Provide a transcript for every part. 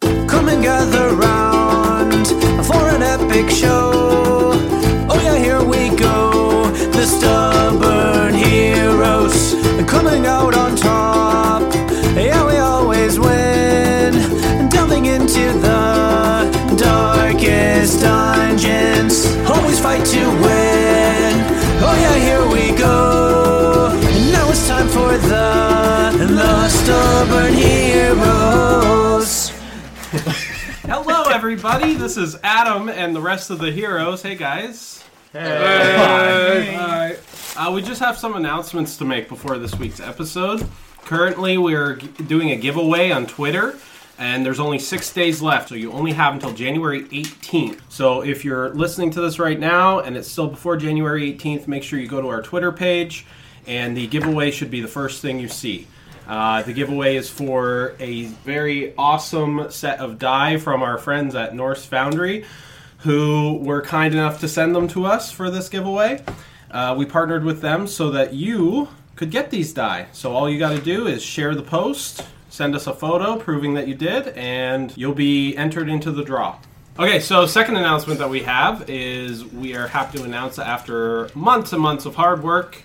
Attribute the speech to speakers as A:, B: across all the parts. A: Come and gather round for an epic show. Oh yeah, here we go. The stubborn heroes coming out on top. Yeah, we always win. Delving into the darkest dungeons, always fight to win. Oh yeah, here we go. Now it's time for the the stubborn heroes.
B: Hello, everybody. This is Adam and the rest of the heroes. Hey, guys. Hey. Uh, we just have some announcements to make before this week's episode. Currently, we're g- doing a giveaway on Twitter, and there's only six days left, so you only have until January 18th. So if you're listening to this right now and it's still before January 18th, make sure you go to our Twitter page, and the giveaway should be the first thing you see. Uh, the giveaway is for a very awesome set of die from our friends at Norse Foundry who were kind enough to send them to us for this giveaway. Uh, we partnered with them so that you could get these die. So all you got to do is share the post, send us a photo proving that you did, and you'll be entered into the draw. Okay, so second announcement that we have is we are happy to announce that after months and months of hard work,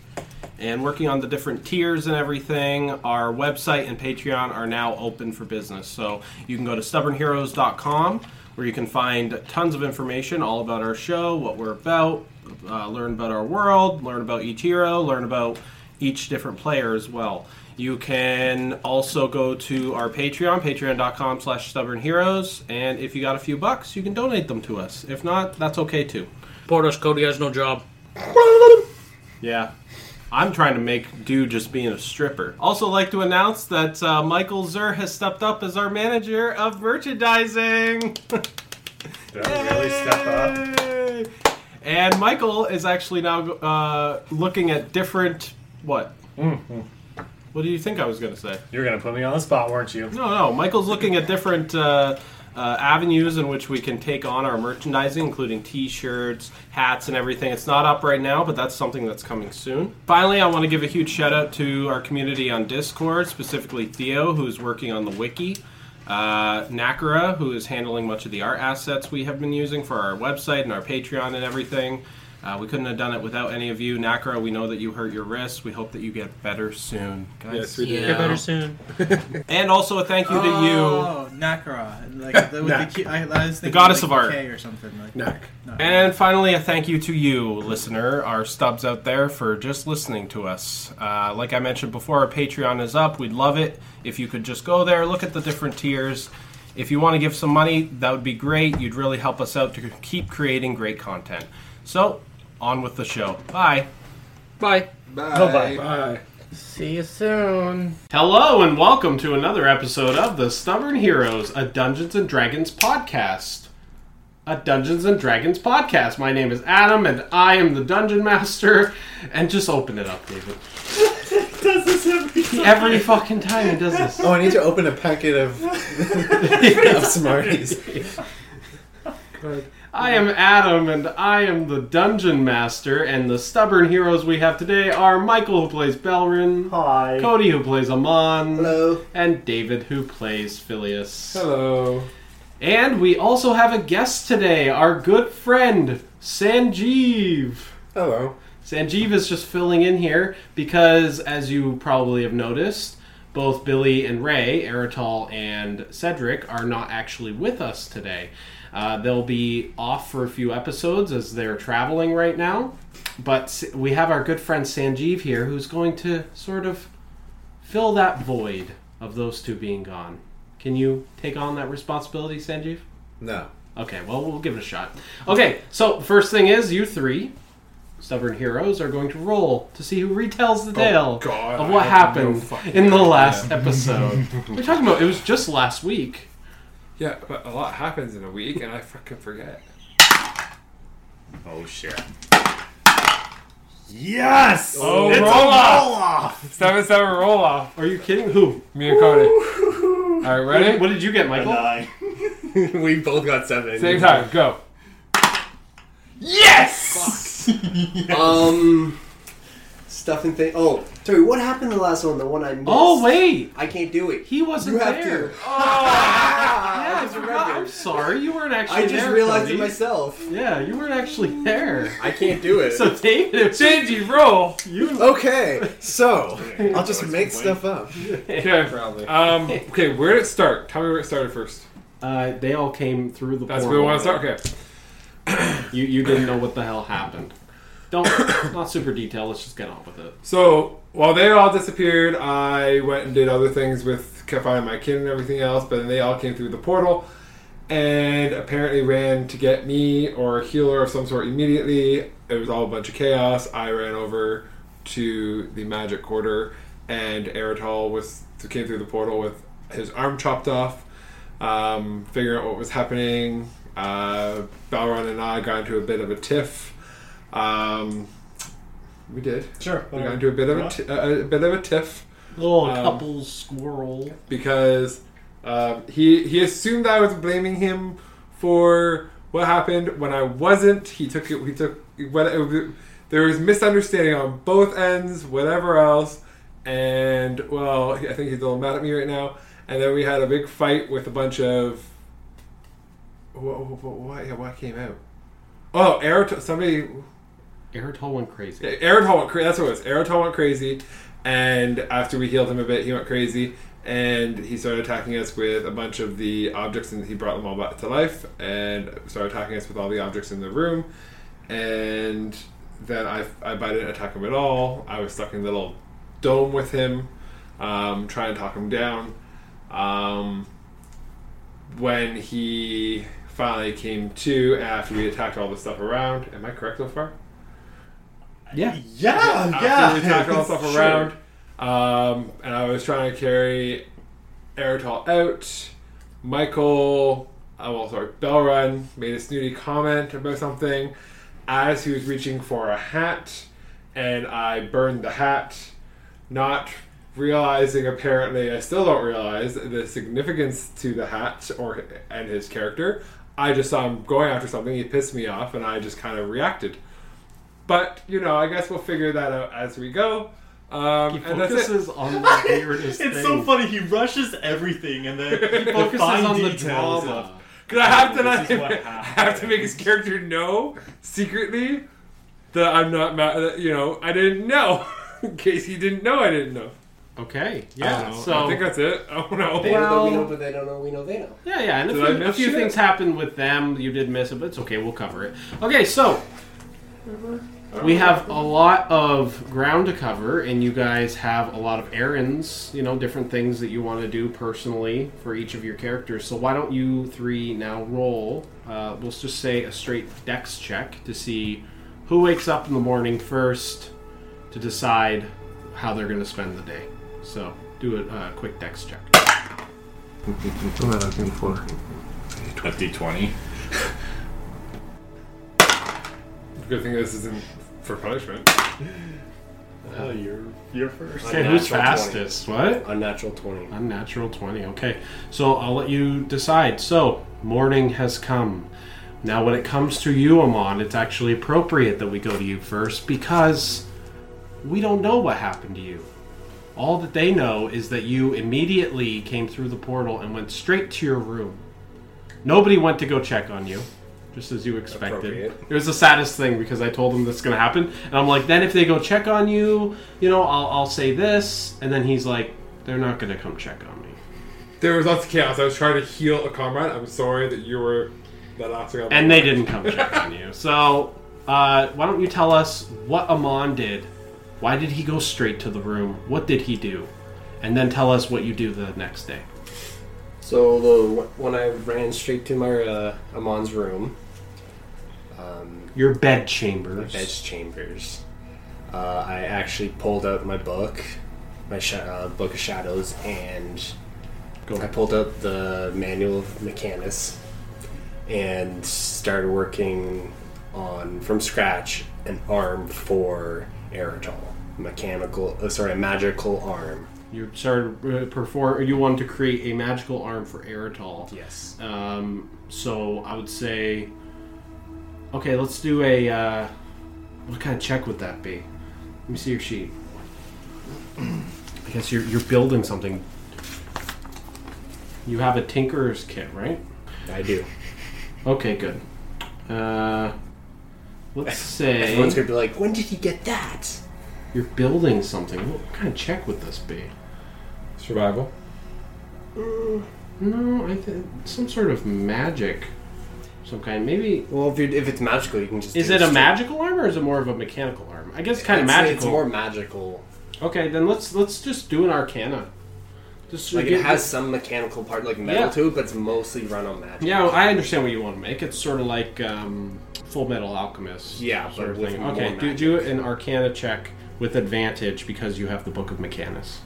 B: and working on the different tiers and everything. Our website and Patreon are now open for business. So you can go to stubbornheroes.com where you can find tons of information all about our show, what we're about, uh, learn about our world, learn about each hero, learn about each different player as well. You can also go to our Patreon, patreon.com slash stubbornheroes, and if you got a few bucks, you can donate them to us. If not, that's okay too.
C: Portos, Cody has no job.
B: Yeah. I'm trying to make do just being a stripper. Also, like to announce that uh, Michael Zur has stepped up as our manager of merchandising.
D: Did I really step up?
B: Yay! And Michael is actually now uh, looking at different what?
D: Mm-hmm.
B: What do you think I was going to say?
D: You were gonna put me on the spot, weren't you?
B: No, no. Michael's looking at different uh, uh, avenues in which we can take on our merchandising, including T-shirts, hats, and everything. It's not up right now, but that's something that's coming soon. Finally, I want to give a huge shout out to our community on Discord, specifically Theo, who's working on the wiki. Uh, Nakara, who is handling much of the art assets we have been using for our website and our Patreon and everything. Uh, we couldn't have done it without any of you. Nakara, we know that you hurt your wrist. We hope that you get better soon. Guys.
E: Yes, we
C: Get better soon.
B: And also a thank you to you.
F: Oh, Nakara. Like, the, with the,
D: Nak.
F: Q- I, I was thinking
B: goddess
F: like
B: of art.
F: K or something. Like,
D: Nak.
F: No.
B: And finally, a thank you to you, listener, our stubs out there, for just listening to us. Uh, like I mentioned before, our Patreon is up. We'd love it if you could just go there, look at the different tiers. If you want to give some money, that would be great. You'd really help us out to keep creating great content. So, on with the show. Bye.
C: Bye.
E: Bye.
D: Bye.
C: See you soon.
B: Hello and welcome to another episode of The Stubborn Heroes, a Dungeons and Dragons podcast. A Dungeons and Dragons podcast. My name is Adam and I am the Dungeon Master. And just open it up, David.
D: Does this every
B: Every fucking time he does this.
E: Oh, I need to open a packet of, of Smarties.
B: I am Adam and I am the Dungeon Master, and the stubborn heroes we have today are Michael, who plays Belrin,
D: Hi.
B: Cody, who plays Amon,
E: Hello.
B: and David, who plays Phileas.
E: Hello.
B: And we also have a guest today, our good friend, Sanjeev.
E: Hello.
B: Sanjeev is just filling in here because, as you probably have noticed, both Billy and Ray, Eritol and Cedric, are not actually with us today. Uh, they'll be off for a few episodes as they're traveling right now. But S- we have our good friend Sanjeev here who's going to sort of fill that void of those two being gone. Can you take on that responsibility, Sanjeev?
E: No.
B: Okay, well, we'll give it a shot. Okay, so first thing is, you three stubborn heroes are going to roll to see who retells the tale
E: Oh, God,
B: of what
E: I have
B: happened
E: no fucking
B: in the last episode. We're talking about it was just last week.
G: Yeah, but a lot happens in a week, and I fucking forget.
D: Oh shit. Yes.
G: Oh,
D: it's a
G: roll
D: roll
G: off.
D: off.
G: Seven seven roll off.
B: Are you kidding? Who?
G: Me and Cody. All right,
B: What did,
G: ready?
B: what did you get, Michael?
E: we both got seven.
G: Same time. Go.
D: Yes.
E: Um, stuff and thing. Oh, sorry. What happened the last one? The one I missed.
B: Oh wait,
E: I can't do it.
B: he wasn't
E: you have
B: there. Yeah,
E: to.
B: I
E: it's a
B: forgot. sorry, you weren't actually
E: I just
B: there,
E: realized
B: Cody.
E: it myself.
B: Yeah, you weren't actually there.
E: I can't do it. oh,
B: So David,
G: Shinji, roll.
B: you
E: okay, so
D: you
E: I'll just
D: always complain.
E: make stuff up.
G: Okay.
B: probably.
G: Um, okay, where did it start? Tell me where it started first.
B: Uh, they all came through the
G: That's where we
B: portal.
G: want to start. Okay.
B: You you didn't know what the hell happened. Don't not super detailed. Let's just get on with it.
G: So while they all disappeared, I went and did other things with kept finding my kid and everything else. But then they all came through the portal, and apparently ran to get me or a healer of some sort immediately. It was all a bunch of chaos. I ran over to the magic quarter, and Eritol was came through the portal with his arm chopped off. Um, figuring out what was happening, uh, Balron and I got into a bit of a tiff. Um, we did.
E: Sure.
G: We got into a bit of a, t- a, a bit of a tiff
B: Little
G: Um,
B: couple squirrel.
G: because um, he he assumed I was blaming him for what happened when I wasn't. He took it. He took what it, there was misunderstanding on both ends. Whatever else, and well, I think he's a little mad at me right now. And then we had a big fight with a bunch of what what, what, yeah, what came out. Oh, Aerot- somebody
B: Eritol went crazy.
G: yeah, Eritol went crazy. That's what it was. Eritol went crazy, and after we healed him a bit, he went crazy, and he started attacking us with a bunch of the objects, and he brought them all back to life, and started attacking us with all the objects in the room, and then I, I, but I didn't attack him at all. I was stuck in the little dome with him, um, trying to talk him down. Um, when he finally came to after we attacked all the stuff around, am I correct so far?
B: Yeah.
E: Yeah,
G: after we
E: yeah.
G: tackled all stuff around. Um, and I was trying to carry Eritol out. Michael, oh, well, sorry, Bellrun made a snooty comment about something as he was reaching for a hat, and I burned the hat, not realizing apparently, I still don't realize the significance to the hat or and his character. I just saw him going after something, he pissed me off, and I just kind of reacted. But you know, I guess we'll figure that out as we go. Um,
B: He
G: and that's it.
B: focuses on the weirdest
D: It's
B: thing.
D: so funny. He rushes everything and then
B: He
D: the
B: focuses
D: fine
B: on the
D: details of-
B: drama.
G: Because I have to
D: This
G: not,
D: is what
G: I have to make his
D: happens.
G: character know secretly that I'm not mad. That, you know, I didn't know. In case he didn't know, I didn't know.
B: Okay.
G: I
B: Yeah.
G: don't know.
B: So
G: I think that's it. I don't know.
E: They know that we
B: Well-
E: know, but they don't know we know they know.
B: Yeah, yeah, and a
G: Did I
B: few, a
G: miss
B: few
G: shit?
B: things happened with them. You did miss it, but it's okay. We'll cover it. Okay, so we have a lot of ground to cover, and you guys have a lot of errands. You know, different things that you want to do personally for each of your characters. So why don't you three now roll? Uh, let's just say a straight dex check to see who wakes up in the morning first to decide how they're going to spend the day. So do a uh, quick dex check.
E: What am I looking for?
D: A d20.
G: Good thing this isn't for punishment.
D: Oh, you're, you're first.
B: Okay, who's
E: Unnatural
B: fastest? What?
E: Unnatural twenty.
B: Unnatural 20. Okay. So I'll let you decide. So, morning has come. Now, when it comes to you, Amon, it's actually appropriate that we go to you first because we don't know what happened to you. All that they know is that you immediately came through the portal and went straight to your room. Nobody went to go check on you, just as you expected.
G: Appropriate.
B: It was the saddest thing because I told them this is going to happen. And I'm like, then if they go check on you, you know, I'll, I'll say this. And then he's like, they're not going to come check on me.
G: There was lots of chaos. I was trying to heal a comrade. I'm sorry that you were that last thing. I-
B: And they didn't come check on you. So, uh, why don't you tell us what Amon did? Why did he go straight to the room? What did he do? And then tell us what you do the next day.
E: So the when I ran straight to my uh, Amon's room, um,
B: Your bed
E: my
B: chambers.
E: bed's chambers, uh, I actually pulled out my book, my sha- uh, book of shadows, and I pulled out the manual of Mechanus and started working on from scratch an arm for Eritol, mechanical, uh, sorry, a magical arm.
B: You started uh, perform. You wanted to create a magical arm for Eritol.
E: Yes.
B: Um, so I would say, okay, let's do a. Uh, what kind of check would that be? Let me see your sheet. I guess you're you're building something. You have a tinkerer's kit, right?
E: I do.
B: Okay, good. Uh, let's say
E: Everyone's gonna be like, when did he get that?
B: you're building something. What kind of check would this be?
G: Survival.
B: No, Hmm, I think some sort of magic, some kind. Maybe
E: Well, if, you if it's magical, you can just.
B: is
E: do
B: it a
E: straight-
B: magical arm or is it more of a mechanical arm? I guess kind of
E: I'd say
B: magical.
E: It's more magical.
B: Okay, then let's let's just do an arcana. Just
E: Like it has some mechanical part, like metal
B: Yeah.
E: to it, but it's mostly run on magic.
B: Yeah, I understand what you want to make. It's sort of like um, Full Metal Alchemist.
E: Yeah,
B: sort
E: but
B: of
E: with
B: thing.
E: more
B: Okay, do,
E: magic.
B: do an Arcana check with advantage because you have the Book of Mechanus.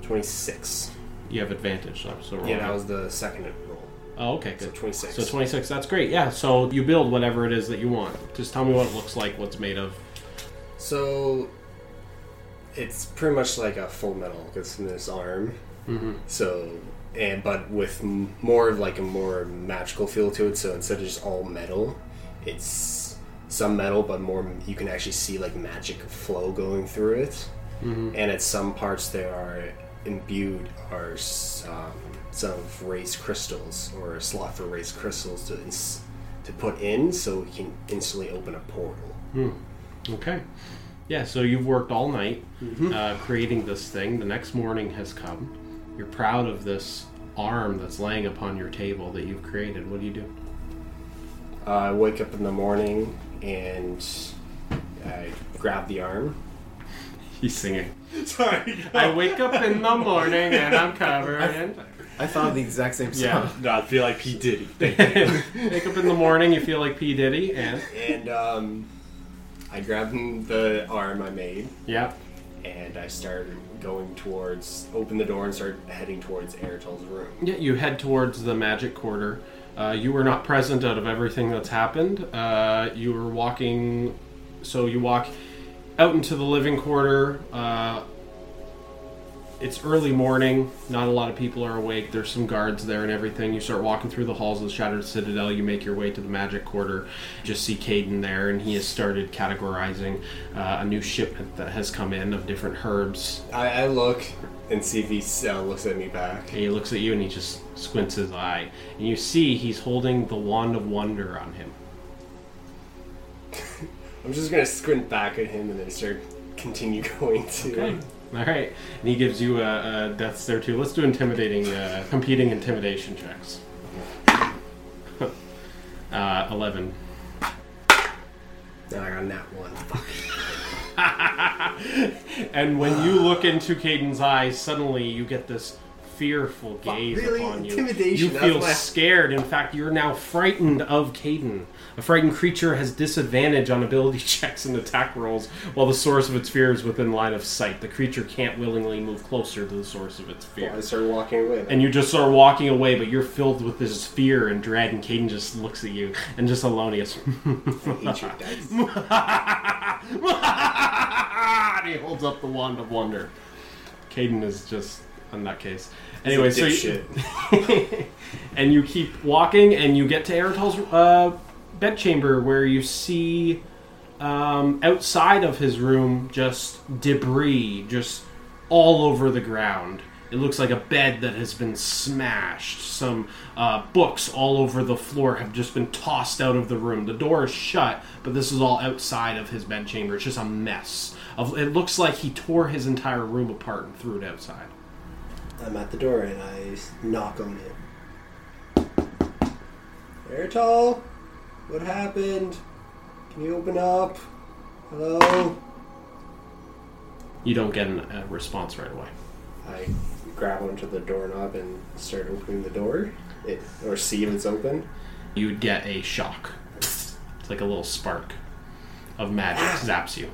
E: Twenty six.
B: You have advantage, so, so roll
E: Yeah, that
B: it.
E: was the second roll.
B: Oh, okay, good.
E: So 26.
B: So 26, that's great. Yeah, so you build whatever it is that you want. Just tell me what it looks like, what's made of.
E: So it's pretty much like a full metal because in this arm. Mm-hmm. So and but with m- more of like a more magical feel to it. So instead of just all metal, it's some metal, but more you can actually see like magic flow going through it. And at some parts there are imbued are s- um, some of raised crystals or a slot for raised crystals to ins- to put in, so we can instantly open a portal.
B: Okay. Yeah, so you've worked all night uh, creating this thing. The next morning has come. You're proud of this arm that's laying upon your table that you've created. What do you do?
E: Uh, I wake up in the morning and I grab the arm.
B: He's singing.
D: Sorry.
B: I wake up in the morning and I'm covered. in-
F: I thought of the exact same song.
B: Yeah.
D: No, I feel like P Diddy.
B: wake up in the morning, you feel like P. Diddy, and.
E: And um, I grab him- the arm I made
B: Yeah.
E: and I start going towards, open the door and start heading towards Airtel's room.
B: Yeah, you head towards the magic quarter. Uh, you were not present out of everything that's happened. Uh, you were walking, so you walk out into the living quarter. Uh, it's early morning. Not a lot of people are awake. There's some guards there and everything. You start walking through the halls of the Shattered Citadel. You make your way to the Magic Quarter. Just see Caden there, and he has started categorizing uh, a new shipment that has come in of different herbs.
E: I, I look and see if he uh, looks at me back.
B: And he looks at you and he just squints his eye. And you see he's holding the Wand of Wonder on him.
E: I'm just gonna squint back at him and then start continue going to.
B: All right. And he gives you uh, a, a death stare too. Let's do intimidating, uh, competing intimidation checks. uh, 11.
E: And I got that one. Fuck.
B: And when you look into Caden's eyes, suddenly you get this fearful gaze
E: really?
B: upon you.
E: Intimidation,
B: you
E: that's
B: feel
E: my-
B: scared. In fact, you're now frightened of Caden. A frightened creature has disadvantage on ability checks and attack rolls while the source of its fear is within line of sight. The creature can't willingly move closer to the source of its fear.
E: I start walking away.
B: And you just start walking away, but you're filled with this fear and dread, and Caden just looks at you and just Alonius.
E: eat your dice.
B: and he holds up the wand of wonder. Caden is just a nutcase. Anyway, so you,
E: Dipshit.
B: and you keep walking, and you get to Aeritol's uh, bedchamber, where you see um, outside of his room just debris, just all over the ground. It looks like a bed that has been smashed. Some uh, books all over the floor have just been tossed out of the room. The door is shut, but this is all outside of his bedchamber. It's just a mess. Of, it looks like he tore his entire room apart and threw it outside.
E: I'm at the door and I knock on it. Airtol, what happened? Can you open up? Hello?
B: You don't get an- a response right away.
E: I grab onto the doorknob and start opening the door, it, or see if it's open.
B: You get a shock. It's like a little spark of magic zaps you.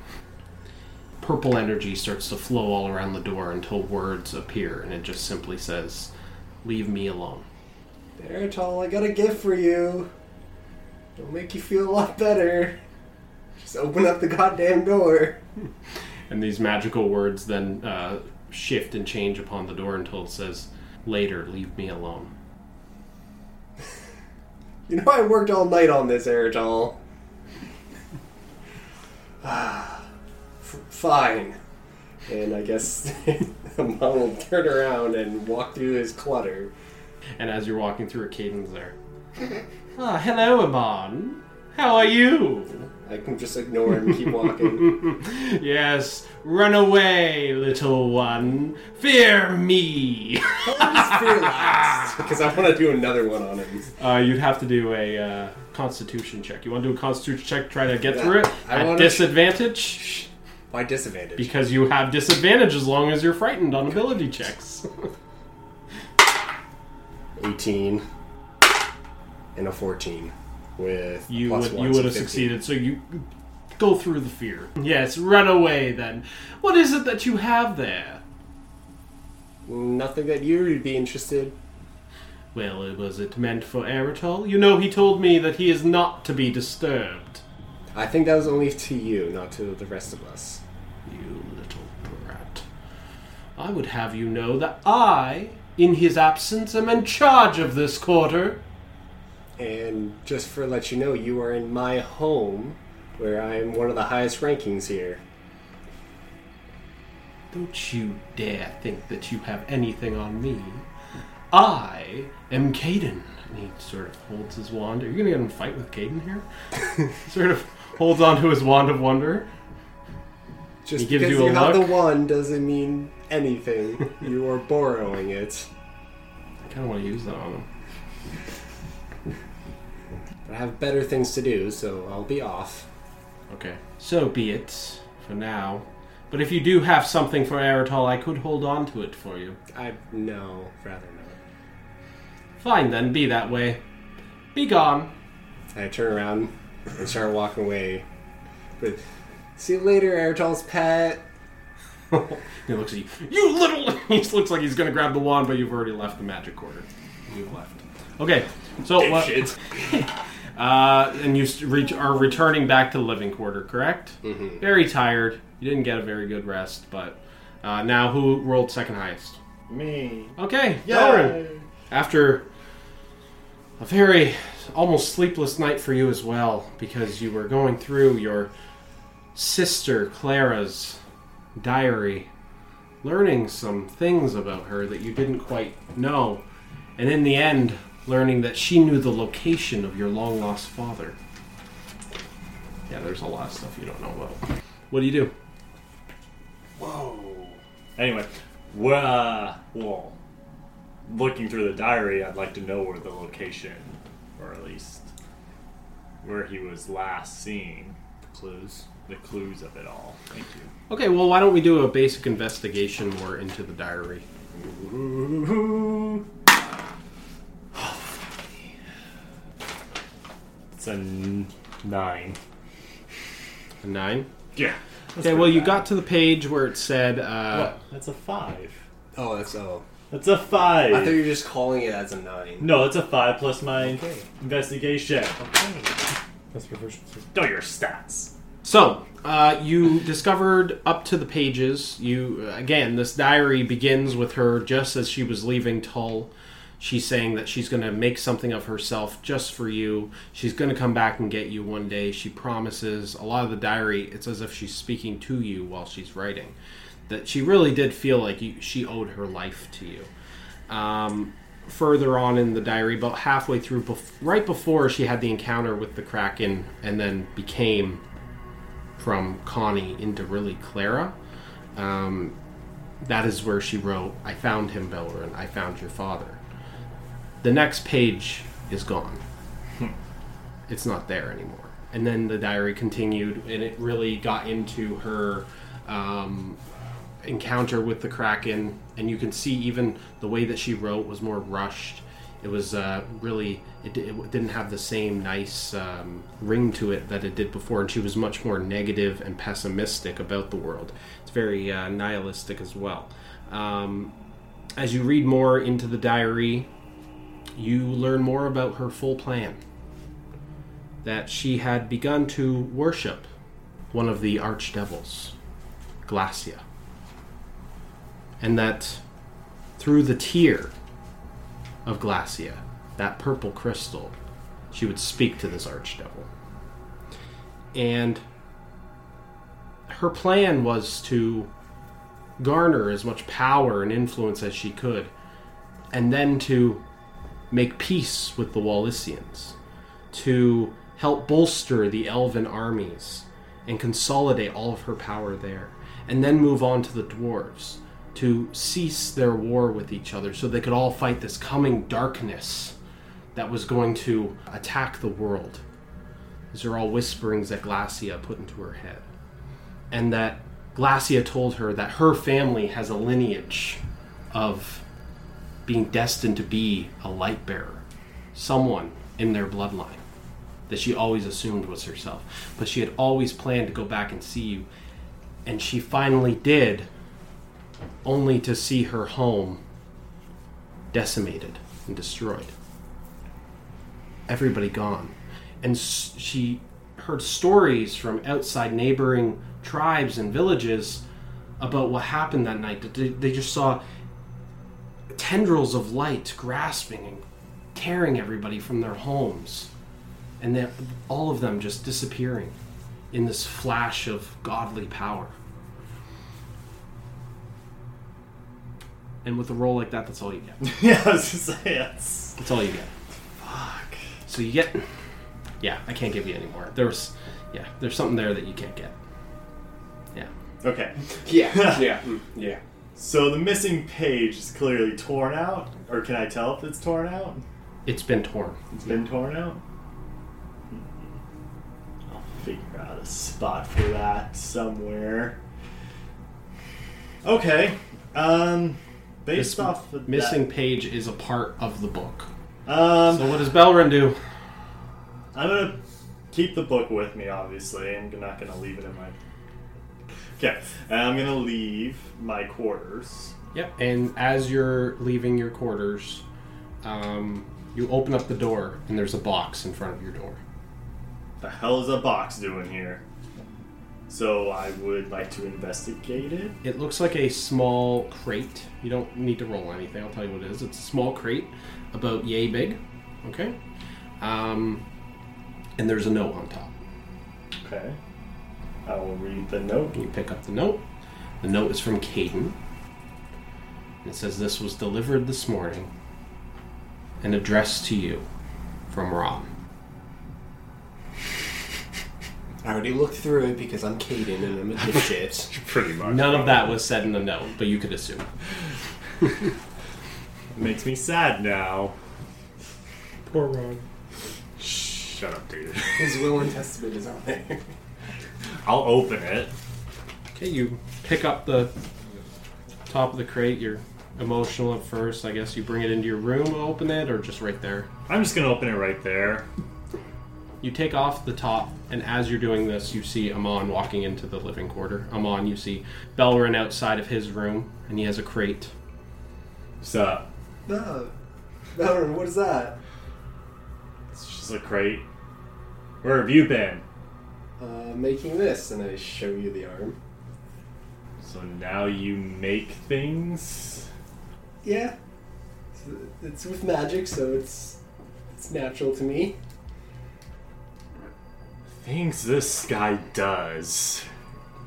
B: Purple energy starts to flow all around the door until words appear, and it just simply says, Leave me alone.
E: Airtol, I got a gift for you. It'll make you feel a lot better. Just open up the goddamn door.
B: And these magical words then uh, shift and change upon the door until it says, Later, leave me alone.
E: You know I worked all night on this, Aerotol. Ah, F- fine. And I guess Amon will turn around and walk through his clutter
B: and as you're walking through, Caden's there. Ah, hello, Amon. How are you?
E: I can just ignore him and keep walking.
B: Yes, run away, little one. Fear me.
E: He's fearless. Because I want to do another one on him.
B: Uh, you'd have to do a uh, Constitution check. You want to do a Constitution check, to try to get through it
E: I
B: at
E: wanna-
B: disadvantage
E: Why disadvantage?
B: because you have disadvantage as long as you're frightened on ability checks.
E: 18 and a 14 with
B: you
E: plus
B: would
E: one,
B: you
E: so
B: would have
E: 15.
B: succeeded. So you go through the fear. Yes, run away then. What is it that you have there?
E: Nothing that you'd be interested.
B: Well, it was it meant for Eritol? You know, he told me that he is not to be disturbed.
E: I think that was only to you, not to the rest of us.
B: You little brat. I would have you know that I, in his absence, am in charge of this quarter.
E: And just for let you know, you are in my home, where I am one of the highest rankings here.
B: Don't you dare think that you have anything on me. I am Caden. And he sort of holds his wand. Are you going to get in a fight with Caden here? sort of holds on to his wand of wonder.
E: Just
B: He gives
E: because
B: you a
E: have
B: look.
E: the one doesn't mean anything. you are borrowing it.
B: I kind of want to use that on him.
E: But I have better things to do, so I'll be off.
B: Okay. So be it for now. But if you do have something for Eritol, I could hold on to it for you.
E: I no, rather not.
B: Fine then, be that way. Be gone.
E: I turn around and start walking away. But see you later, Airtel's pet.
B: He looks at you. You little. He just looks like he's gonna grab the wand, but you've already left the magic quarter. You've left. Okay. So what? Uh, and you s- reach, are returning back to the living quarter, correct? Mm-hmm. Very tired. You didn't get a very good rest, but uh, now who rolled second highest?
D: Me.
B: Okay,
D: Yay.
B: Delrin. After a very almost sleepless night for you as well, because you were going through your sister Clara's diary, learning some things about her that you didn't quite know, and in the end, learning that she knew the location of your long lost father. Yeah, there's a lot of stuff you don't know about. What do you do?
D: Whoa. Oh. Anyway, well, uh, well, looking through the diary, I'd like to know where the location, or at least where he was last seen. The clues. The clues of it all. Thank you.
B: Okay, well, why don't we do a basic investigation more into the diary?
D: Ooh. It's a n- nine.
B: A nine?
D: Yeah.
B: Okay, well, you got to the page where it said, uh,
D: That's a five.
E: Oh, that's oh.
D: That's a five.
E: I thought you were just calling it as a nine.
D: No, it's a five plus my
E: Okay.
D: investigation. Know your stats.
B: so uh, you discovered up to the pages. You uh, again, this diary begins with her just as she was leaving Tull. She's saying that she's going to make something of herself just for you. She's going to come back and get you one day. She promises. A lot of the diary, it's as if she's speaking to you while she's writing. That she really did feel like you, she owed her life to you. um, further on in the diary, about halfway through, bef- right before she had the encounter with the Kraken and then became from Connie into really Clara, um, that is where she wrote, I found him, Belrin. I found your father. The next page is gone. it's not there anymore. And then the diary continued, and it really got into her. Um, encounter with the Kraken, and you can see even the way that she wrote was more rushed. It was uh, really, it, di- it didn't have the same nice um, ring to it that it did before, and she was much more negative and pessimistic about the world. It's very uh, nihilistic as well. Um, as you read more into the diary, you learn more about her full plan. That she had begun to worship one of the archdevils, Glacia and that through the tear of Glacia, that purple crystal, she would speak to this archdevil. And her plan was to garner as much power and influence as she could, and then to make peace with the Wallisians, to help bolster the elven armies and consolidate all of her power there, and then move on to the dwarves to cease their war with each other so they could all fight this coming darkness that was going to attack the world. These are all whisperings that Glacia put into her head. And that Glacia told her that her family has a lineage of being destined to be a light bearer, someone in their bloodline that she always assumed was herself. But she had always planned to go back and see you, and she finally did, only to see her home decimated and destroyed. Everybody gone. And s- she heard stories from outside neighboring tribes and villages about what happened that night. That They they just saw tendrils of light grasping and tearing everybody from their homes and then all of them just disappearing in this flash of godly power. And with a roll like that, that's all you get.
D: yeah, I was just saying. That's,
B: That's all you get.
D: fuck.
B: So you get, yeah, I can't give you any more. There's, yeah, there's something there that you can't get. Yeah.
D: Okay,
G: Yeah, yeah, mm, yeah.
D: so the missing page is clearly torn out, or can I tell if it's torn out?
B: It's been torn.
D: It's been torn out. I'll figure out a spot for that somewhere. Okay. Um,
B: This
D: based off of
B: missing page is a part of the book.
D: That, um,
B: So what does Belrin do?
D: I'm gonna keep the book with me, obviously. I'm not gonna leave it in my. Okay, and I'm gonna leave my quarters.
B: Yep. And as you're leaving your quarters, um, you open up the door, and there's a box in front of your door.
D: The hell is a box doing here? So I would like to investigate it.
B: It looks like a small crate. You don't need to roll anything. I'll tell you what it is. It's a small crate, about yay big. Okay. Um, and there's a note on top.
D: Okay. I will read the note.
B: You pick up the note. The note is from Caden. And it says, This was delivered this morning and addressed to you from Rob.
E: I already looked through it because I'm Caden and I'm a dipshit.
H: Pretty much.
B: None of that was said in the note, but you could assume.
D: It makes me sad now.
C: Poor Ron.
H: Shut up, dude.
E: His will and testament is on there.
D: I'll open it.
B: Okay, you pick up the top of the crate. You're emotional at first. I guess you bring it into your room, open it, or just right there.
D: I'm just gonna open it right there.
B: You take off the top, and as you're doing this, you see Amon walking into the living quarter. Amon, you see Belrin outside of his room, and he has a crate.
D: So
F: No. No, what is that?
D: it's just a crate. Where have you been?
E: Uh, making this, and I show you the arm.
D: So now you make things.
E: Yeah. It's with magic, so it's it's natural to me.
D: Things this guy does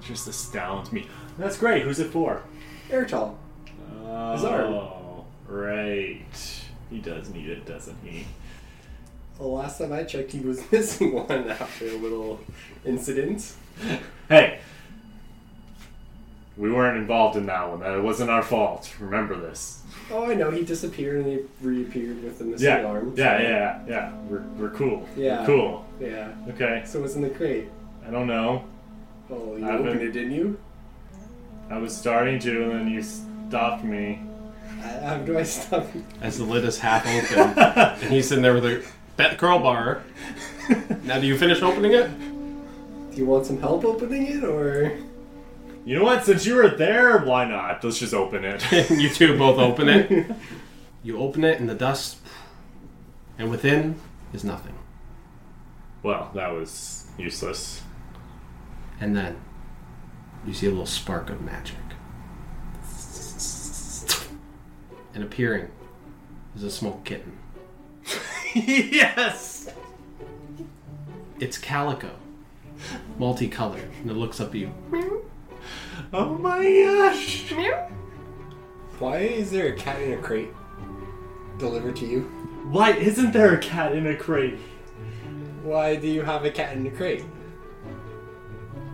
D: just astounds me. That's great. Who's it for?
E: Airtol.
D: Oh, right. He does need it, doesn't he?
E: Well, last time I checked, he was missing one after a little incident.
D: Hey, we weren't involved in that one. That wasn't our fault. Remember this.
E: Oh, I know. He disappeared and he reappeared with the missing
D: Yeah,
E: arm.
D: yeah, yeah, yeah. We're, we're cool.
E: Yeah.
D: We're cool.
E: Yeah.
D: Okay.
E: So what's in the crate?
D: I don't know.
E: Oh, you
D: I haven't-
E: opened it, didn't you?
D: I was starting to, and then you stopped me.
E: I, how do I stop?
B: As the lid is half open, and he's sitting there with a bet crowbar. Now, do you finish opening it?
E: Do you want some help opening it, or
D: You know what? Since you were there, why not? Let's just open it.
B: you two both open it. You open it, and the dust, and within is nothing.
D: well, that was useless.
B: And then you see a little spark of magic. And appearing is a small kitten.
D: yes!
B: It's calico, multicolored, and it looks up at you.
D: Oh my gosh!
E: why is there a cat in a crate delivered to you?
D: Why isn't there a cat in a crate?
E: Why do you have a cat in the crate?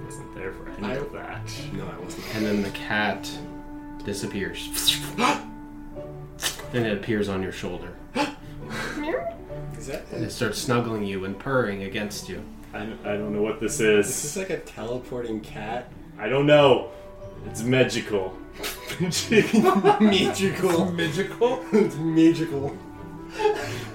D: Wasn't there for any
E: I-
D: of that.
E: No, I wasn't.
B: And then the cat disappears. then it appears on your shoulder.
E: Is that?
B: And it starts snuggling you and purring against you.
D: I, I don't know what this
E: This is
D: is.
E: like a teleporting cat.
D: I don't know. It's magical. magical.
E: Magical. Magical? it's magical.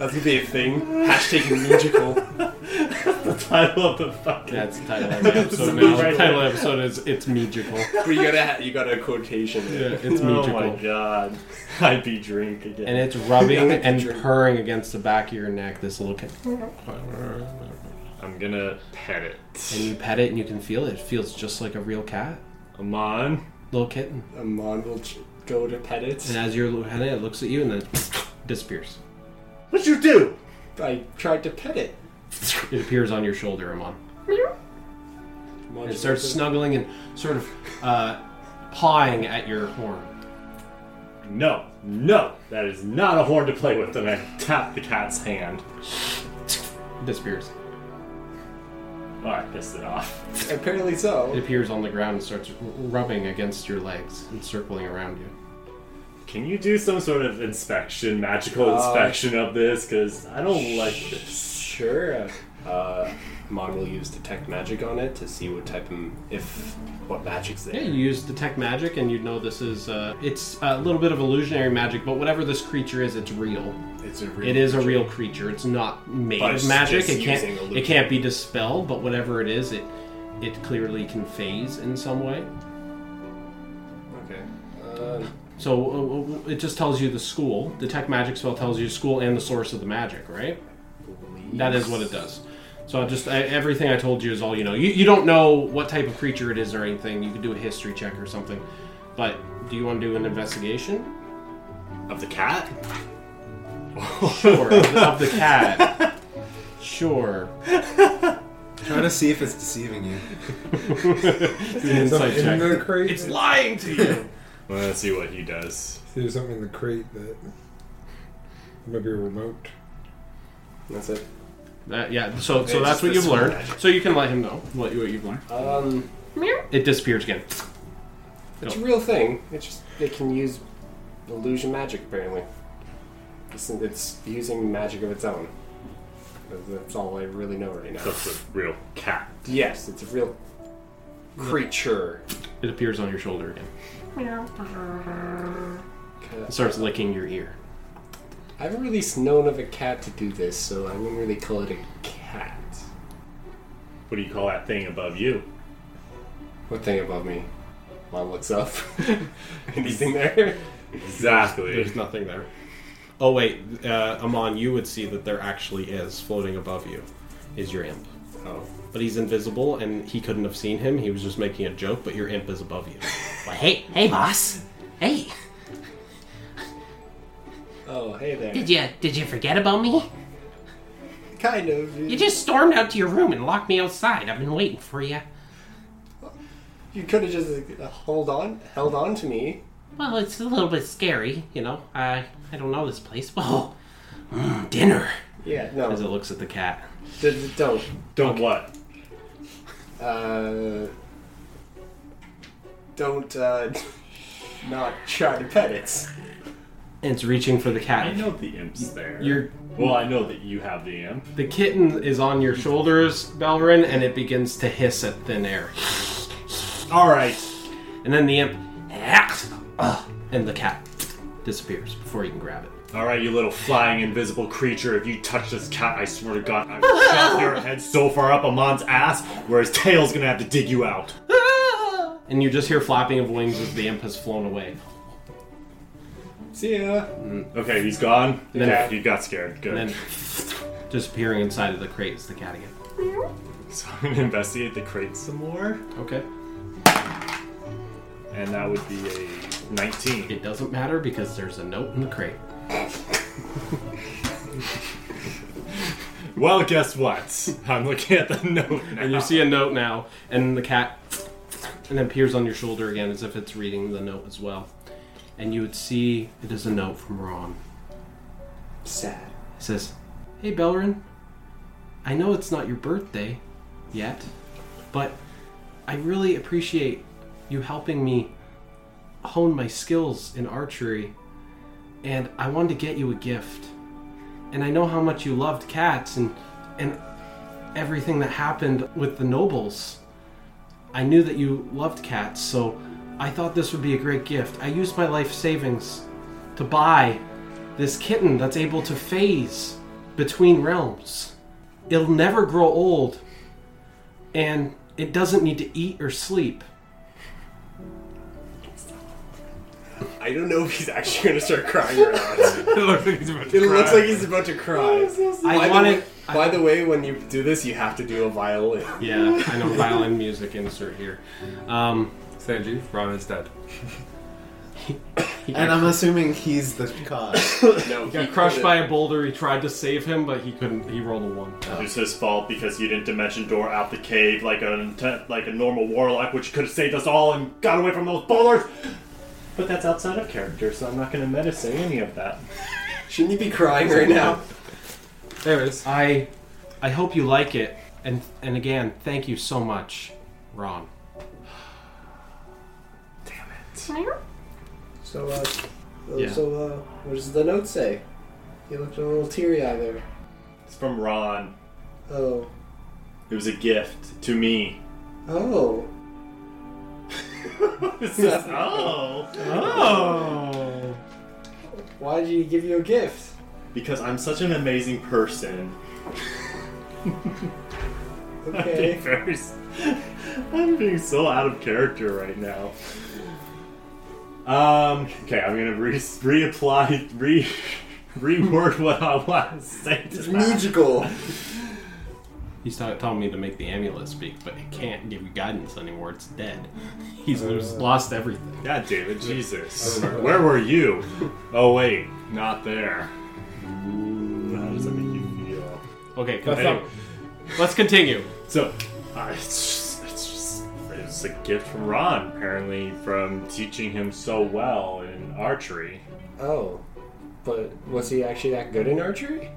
E: That's gonna be a thing. Hashtag magical.
D: the title of the fucking.
B: That's the title of my episode now. The title of the episode is It's Magical.
E: but you gotta, ha- you gotta a quotation.
B: Yeah, it's
D: oh
B: magical.
D: my god. I be drink again.
B: And it's rubbing
E: Yeah,
B: and
E: sure.
B: purring against the back of your neck, this little cat.
D: I'm gonna pet
B: And
D: it.
B: you pet it and you can feel it. It feels just like a real cat.
D: Amon.
B: Little kitten.
E: Amon will ch- go to pet it.
B: And as you're petting it, it looks at you and then disappears.
D: What'd you do?
E: I tried to pet it.
B: It appears on your shoulder, Amon.
E: Amon
B: And it
E: just
B: starts
E: goes,
B: snuggling and sort of uh, pawing at your horn.
D: No, no, that is not a horn to play with. And I tap the cat's hand.
B: It disappears.
D: Oh, I pissed it off.
E: Apparently so.
B: It appears on the ground and starts r- rubbing against your legs and circling around you.
D: Can you do some sort of inspection, magical inspection of this? Because I don't like this.
E: Sure. Uh, Mon will use detect magic on it to see what type of if what magic's there.
B: Yeah, you use detect magic, and you know this is uh, it's a little bit of illusionary magic, but whatever this creature is, it's real.
E: It's a real
B: It is a real creature. It's not made
E: But
B: of
E: it's
B: magic.
E: just
B: It can't
E: using illusion.
B: it can't be dispelled, but whatever it is, it it clearly can phase in some way.
E: Okay. Uh,
B: So uh, uh, it just tells you the school. Detect magic spell tells you school and the source of the magic, right?
E: uh,
B: That is what it does. So I just I, everything I told you is all you know. You, you don't know what type of creature it is or anything. You could do a history check or something, but do you want to do an investigation?
D: Of the cat?
B: Sure, of the cat. Sure.
I: Try to see if it's deceiving you.
B: Do an insight
G: Something in
B: check.
G: the crate. It's
D: lying to you. Let's see what he does.
G: There's something in the crate that might be a remote.
E: that's it.
B: That- Uh, yeah. So so
E: It's
B: that's what
E: the
B: you've
E: sword
B: learned. So you can let him know what you, what you've learned.
E: Um,
B: It disappears again.
E: it's a real thing. It just it can use illusion magic apparently. It's, it's using magic of its own. That's- That's all I really know right now.
D: That's a real cat.
E: Yes, it's a real creature.
B: It appears on your shoulder again. It starts licking your ear.
E: I haven't really known of a cat to do this, so I wouldn't really call it a cat.
D: What do you call that thing above you?
E: What thing above me? Mom looks up. Anything there?
D: Exactly.
B: There's nothing there. Oh wait, uh, Amon, you would see that there actually is floating above you, is your imp.
E: Oh.
B: But he's invisible, and he couldn't have seen him. He was just making a joke. But your imp is above you. well, hey, hey, boss.
J: Hey,
E: Oh, hey there.
J: did you did you forget about me?
E: Kind of. You,
J: You just stormed out to your room and locked me outside. I've been waiting for you.
E: could have just uh, hold on, held on to me.
J: Well, it's a little bit scary, you know. I I don't know this place. Well, mm, dinner.
E: Yeah. No.
B: Oh, As it looks at the cat.
E: D- d- don't.
D: Don't what?
E: Uh. Don't. Uh. Not try to pet it.
B: And it's reaching for the
D: I
B: cat.
D: know the imp's there.
B: Your
D: Well, I know that you have the imp.
B: the kitten is on your shoulders, Belrin, and it begins to hiss at thin air.
D: All right.
B: And then the imp, "Ugh," and the cat disappears before you can grab it.
D: All right, you little flying invisible creature. If you touch this cat, I swear to God, I will shove your head so far up Amon's ass where his tail's gonna have to dig you out.
B: And you just hear flapping of wings as the imp has flown away.
E: See ya.
D: Mm, Okay, he's gone.
B: then-
D: Yeah, you got scared. Good.
B: And then disappearing inside of the crate is the cat again.
D: So I'm gonna investigate the crate some more,
B: Okay.
D: and that would be a 19.
B: It doesn't matter because there's a note in the crate.
D: Well, guess what? I'm looking at the note now.
B: And you see a note now, and the cat and then peers on your shoulder again as if it's reading the note as well. And you would see it is a note from Ron.
E: Sad.
B: He says, Hey, Belrin, I know it's not your birthday yet, but I really appreciate you helping me hone my skills in archery, and I wanted to get you a gift. And I know how much you loved cats and, and everything that happened with the nobles. I knew that you loved cats, so I thought this would be a great gift. I used my life savings to buy this kitten that's able to phase between realms. It'll never grow old, and it doesn't need to eat or sleep.
E: I don't know if he's actually going to start crying or not.
K: looks like he's
E: it
K: about
E: to cry. It looks like he's about to cry.
B: I
E: By the
B: wanted-
E: way- By the way, when you do this, you have to do a violin.
B: Yeah, I know violin music insert here. Um,
G: Sanji, Ron is dead.
K: And I'm assuming he's the cause.
E: No,
B: He got crushed by a boulder. He tried to save him, but he couldn't. He rolled a one.
D: It's his fault because you didn't dimension door out the cave like a like a normal warlock, which could have saved us all and got away from those bowlers. But that's outside of character, so I'm not going to medicine any of that.
E: Shouldn't you be crying right now?
G: Anyways,
B: I, I hope you like it. And and again, thank you so much, Ron.
F: So, uh,
B: Yeah.
F: so, uh, what does the note say? You looked a little teary eyed there.
D: It's from Ron.
F: Oh.
D: It was a gift to me.
F: Oh.
D: This is- oh,
B: oh.
F: Why did he give you a gift?
D: Because I'm such an amazing person. I'm being
F: Okay.
D: very, s- I'm being so out of character right now. Um. Okay, I'm gonna re- reapply, re, reword what I want to say. To
F: It's
D: that.
F: magical.
B: He's not telling me to make the amulet speak, but it can't give you guidance anymore. It's dead. He's just lost everything.
D: God damn it, Jesus. Where were you? Oh, wait, not there. Ooh, how does that make you feel?
B: Okay,
G: That's
B: continue. let's continue.
D: So, uh, it's just, it's just, it's a gift from Ron, apparently, from teaching him so well in archery.
E: Oh, but was he actually that good in archery?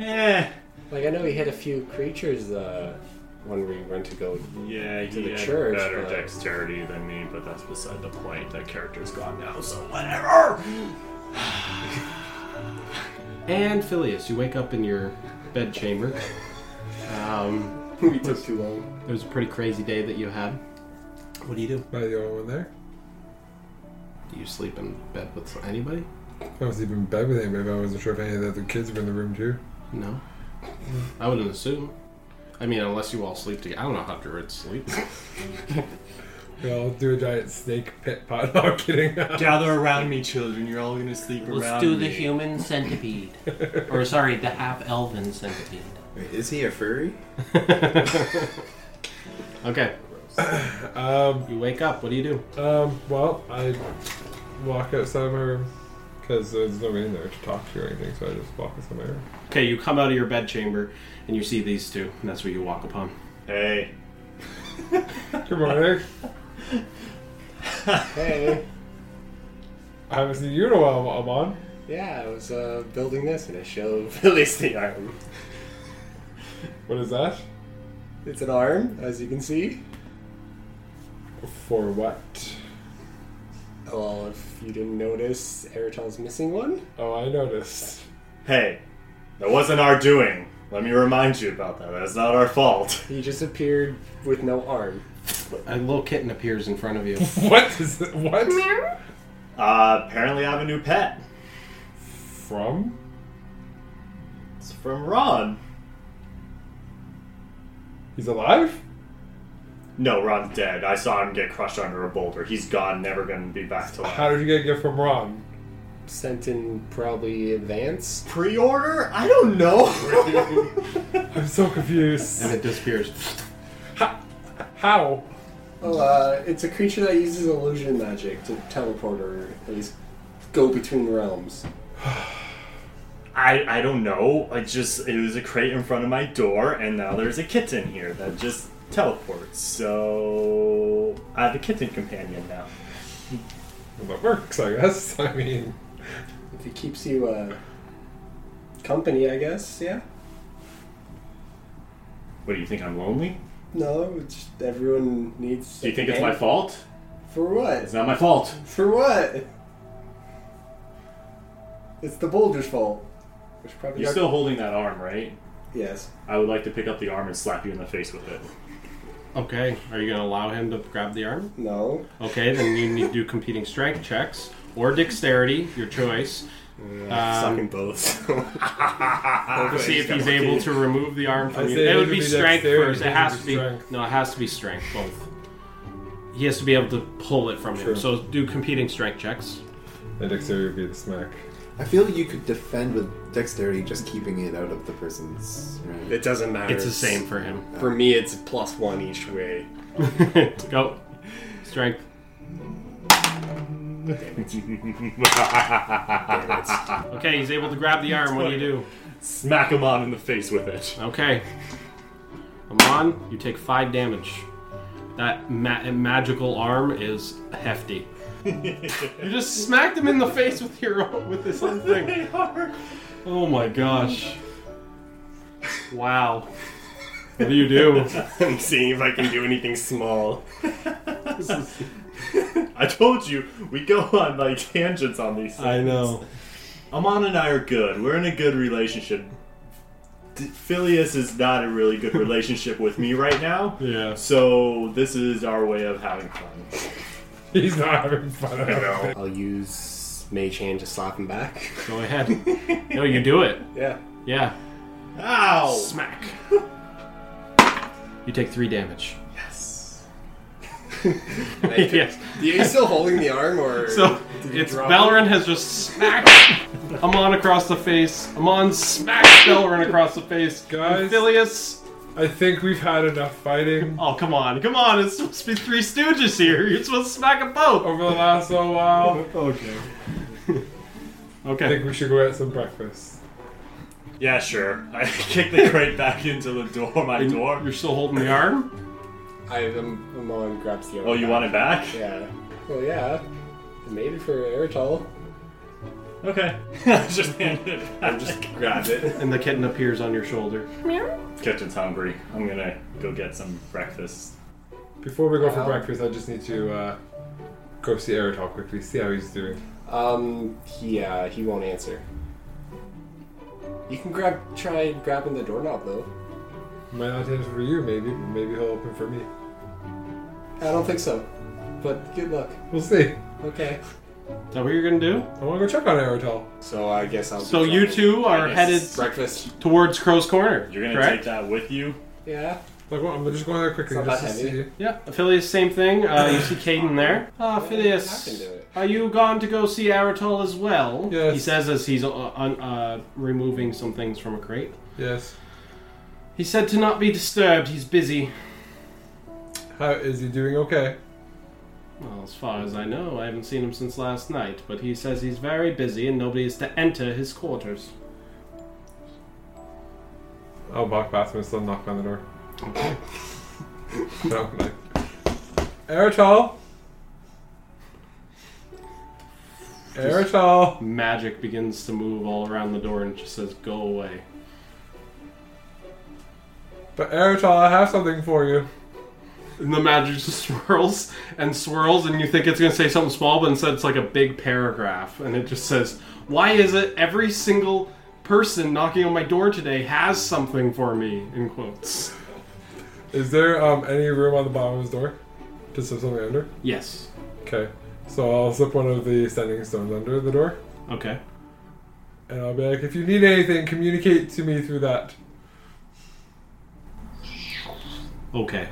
D: Eh.
E: Like I know he hit a few creatures uh, when we went to go.
D: Yeah, he
E: To the
D: had
E: church,
D: better
E: but-
D: dexterity than me, but that's beside the point. That character's gone now, so whatever!
B: And Phileas, you wake up in your bedchamber. Um,
E: we took too long.
B: it was a pretty crazy day that you had. What do you do?
G: am I the only one there?
B: Do you sleep in bed with anybody?
G: I was even in bed with anybody, but I wasn't sure if any of the other kids were in the room too.
B: No. I wouldn't assume. I mean, unless you all sleep together. I don't know how druids sleep.
G: We all do a giant snake pit pot. No, I'm kidding.
D: Gather around me, children. You're all gonna sleep
L: Let's do the human centipede. or, sorry, the half elven centipede.
K: Wait, is he a furry?
B: okay.
G: Um,
B: You wake up. What do you do?
G: um, well, I walk outside of my room because there's nobody in there to talk to or anything, so I just walk outside my room.
B: Okay, you come out of your bedchamber and you see these two, and that's what you walk upon.
D: Hey.
G: Good morning.
E: Hey,
G: I haven't seen you in a while, Amon.
E: yeah, I was uh, building this and I showed Phyllis the arm.
G: What is that?
E: It's an arm, as you can see.
G: For what?
E: Oh, Well, if you didn't notice, Erital's missing one.
G: Oh, I noticed.
D: Hey. That wasn't our doing. Let me remind you about that. That's not our fault.
E: He just appeared with no arm.
B: A little kitten appears in front of you.
G: What is it? What?
D: Uh, apparently, I have a new pet.
G: From?
D: It's from Ron.
G: He's alive?
D: No, Ron's dead. I saw him get crushed under a boulder. He's gone, never gonna be back to life.
G: How did you get a gift from Ron?
E: Sent in probably advance.
D: Pre-order? I don't know.
G: I'm so confused.
B: And it disappears.
G: How?
E: Oh, uh, it's a creature that uses illusion magic to teleport or at least go between realms.
D: I I don't know. I just it was a crate in front of my door, and now there's a kitten here that just teleports. So I have a kitten companion now.
G: Well, that works, I guess. I mean,
E: If it keeps you uh,
F: company, I guess. Yeah.
D: What do you think? I'm lonely?
F: No, it's just everyone needs.
D: Do you think it's my fault?
F: For what?
D: It's not my fault.
F: For what? It's the boulder's fault. Which probably
D: You're
F: not-
D: still holding that arm, right?
F: Yes.
D: I would like to pick up the arm and slap you in the face with it.
B: Okay, are you going to allow him to grab the arm?
F: No.
B: Okay, then you need to do competing strength checks or dexterity, your choice. Um,
E: Sucking both.
B: to see if he's able to remove the arm
G: I
B: from you.
G: say
B: It
G: it
B: would
G: would
B: be
G: be
B: strength
G: dexterity,
B: first. It
G: it
B: has
G: would
B: to
G: be
B: be
G: strength.
B: no, it has to be strength both. He has to be able to pull it from him. So do competing strength checks.
G: My dexterity would be the smack.
K: I feel you could defend with dexterity, just keeping it out of the person's. Right?
E: It doesn't matter.
B: It's the same for him.
E: For me, it's plus one each way.
B: Go strength. Okay, he's able to grab the arm. What do you do?
D: Smack him on in the face with it.
B: Okay, Amon, you take five damage. That ma- magical arm is hefty. you just smacked him in the face with your own, with this little thing. Oh my gosh. Wow. What do you do?
E: I'm seeing if I can do anything small.
D: I told you, we go on like tangents on these things. Amon and I are good. We're in a good relationship. D- Phileas is not a really good relationship with me right now.
B: Yeah.
D: So this is our way of having fun.
G: He's not having fun. I
D: know.
E: I'll use Mage Hand to slap him back.
B: Go ahead. No, you do it.
E: Yeah.
B: Yeah.
D: Ow!
B: Smack. You take three damage.
D: Yes.
B: yes.
E: Are you still holding the arm, or
B: So it's Belrin has just smacked Amon across the face. Amon smacks Belrin across the face.
G: Guys.
B: And Phileas.
G: I think we've had enough fighting
B: Oh come on, come on! It's supposed to be three Stooges here. You're supposed to smack them both.
G: over the last little while.
B: Okay.
G: I
B: okay.
G: think we should go get some breakfast.
D: Yeah, sure. I kick the crate back into the door, my door.
B: You're still holding the arm.
E: I, um, Amon grabs the arm.
D: Oh, you want it back?
E: Yeah. Well, yeah. I made it for Aerotol.
D: Okay. Just hand it back.
E: I just grabbed it.
B: And the kitten appears on your shoulder.
D: Kitchen's hungry. I'm gonna go get some breakfast.
G: Before we go for breakfast, I just need to uh, go see Aerotol quickly, see how he's doing.
E: Um. He uh, he won't answer. You can grab try grabbing the doorknob though.
G: Might not answer for you, maybe, but maybe he'll open for me.
E: I don't think so. But good luck.
G: We'll see.
E: Okay.
B: Is that what you're gonna do?
G: I want to go check on Aerotol.
E: So I guess I'll. be
B: So you
E: driving.
B: two are
D: Yes.
B: headed
E: breakfast.
B: towards Crow's Corner.
D: You're gonna
B: correct?
D: take that with you?
E: Yeah.
G: Like, well, I'm just going there quickly
E: It's not
G: just
E: that
G: to
E: heavy.
G: see.
B: Yeah, Phileas, same thing. Uh, you see Caden there. Ah,
E: I can do
B: Phileas,
E: it.
B: are you gone to go see Aratol as well?
G: Yes.
B: He says as he's uh, un, uh, removing some things from a crate.
G: Yes.
B: He said to not be disturbed. He's busy.
G: How is he doing? Okay.
B: Well, as far as I know, I haven't seen him since last night. But he says he's very busy and nobody is to enter his quarters.
G: I'll walk past him and still knock on the door. no, like, Aerotol. Aerotol.
B: Magic begins to move all around the door and just says, "Go away."
G: But Aerotol, I have something for you.
B: And the magic just swirls and swirls, and you think it's going to say something small, but instead it's like a big paragraph. And it just says, Why is it every single person knocking on my door today has something for me? In quotes.
G: Is there um, any room on the bottom of his door? Just have something under?
B: Yes.
G: Okay. So I'll slip one of the standing stones under the door.
B: Okay.
G: And I'll be like, if you need anything, communicate to me through that.
B: Okay.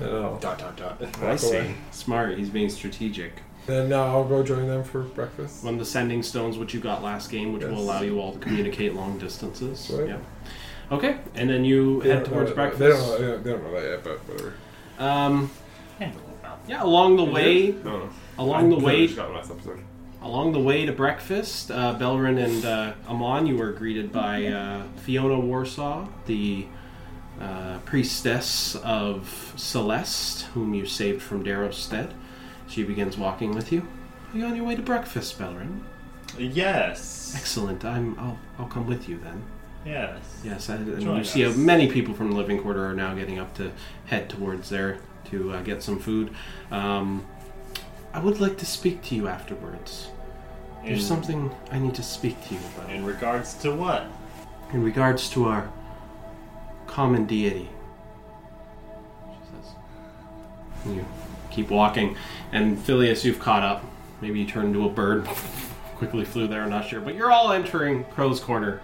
G: And I'll,
E: Dot dot dot.
B: I
G: see.
B: Smart. He's being strategic.
G: then now I'll go join them for breakfast.
B: One of the sending stones, which you got last game, which will
G: Yes.
B: allow you all to communicate long distances.
G: Right.
B: Yeah. Okay. And then you
G: They
B: head
G: don't know
B: towards
G: that-
B: breakfast.
G: They don't, know, they, don't, they don't know that yet, but whatever.
B: Um, yeah, along the way,
G: No.
B: along the way,
G: got last episode.
B: Along the way to breakfast, uh, Belrin and uh, Amon, you were greeted by uh, Fiona Warsaw, the uh, priestess of Celeste, whom you saved from Darrowstead. She begins walking with you. Are you on your way to breakfast, Belrin?
D: Yes.
B: Excellent. I'm. I'll. I'll come with you then.
D: Yes.
B: Yes. I, and
D: Join
B: you see, how
D: us.
B: many people from the living quarter are now getting up to head towards there to uh, get some food. Um, I would like to speak to you afterwards. There's
D: In-
B: something I need to speak to you about.
D: In regards to what?
B: in regards to our common deity. She says. And You keep walking, and Phileas, you've caught up. Maybe you turned into a bird, quickly flew there, I'm not sure. But you're all entering Crow's Corner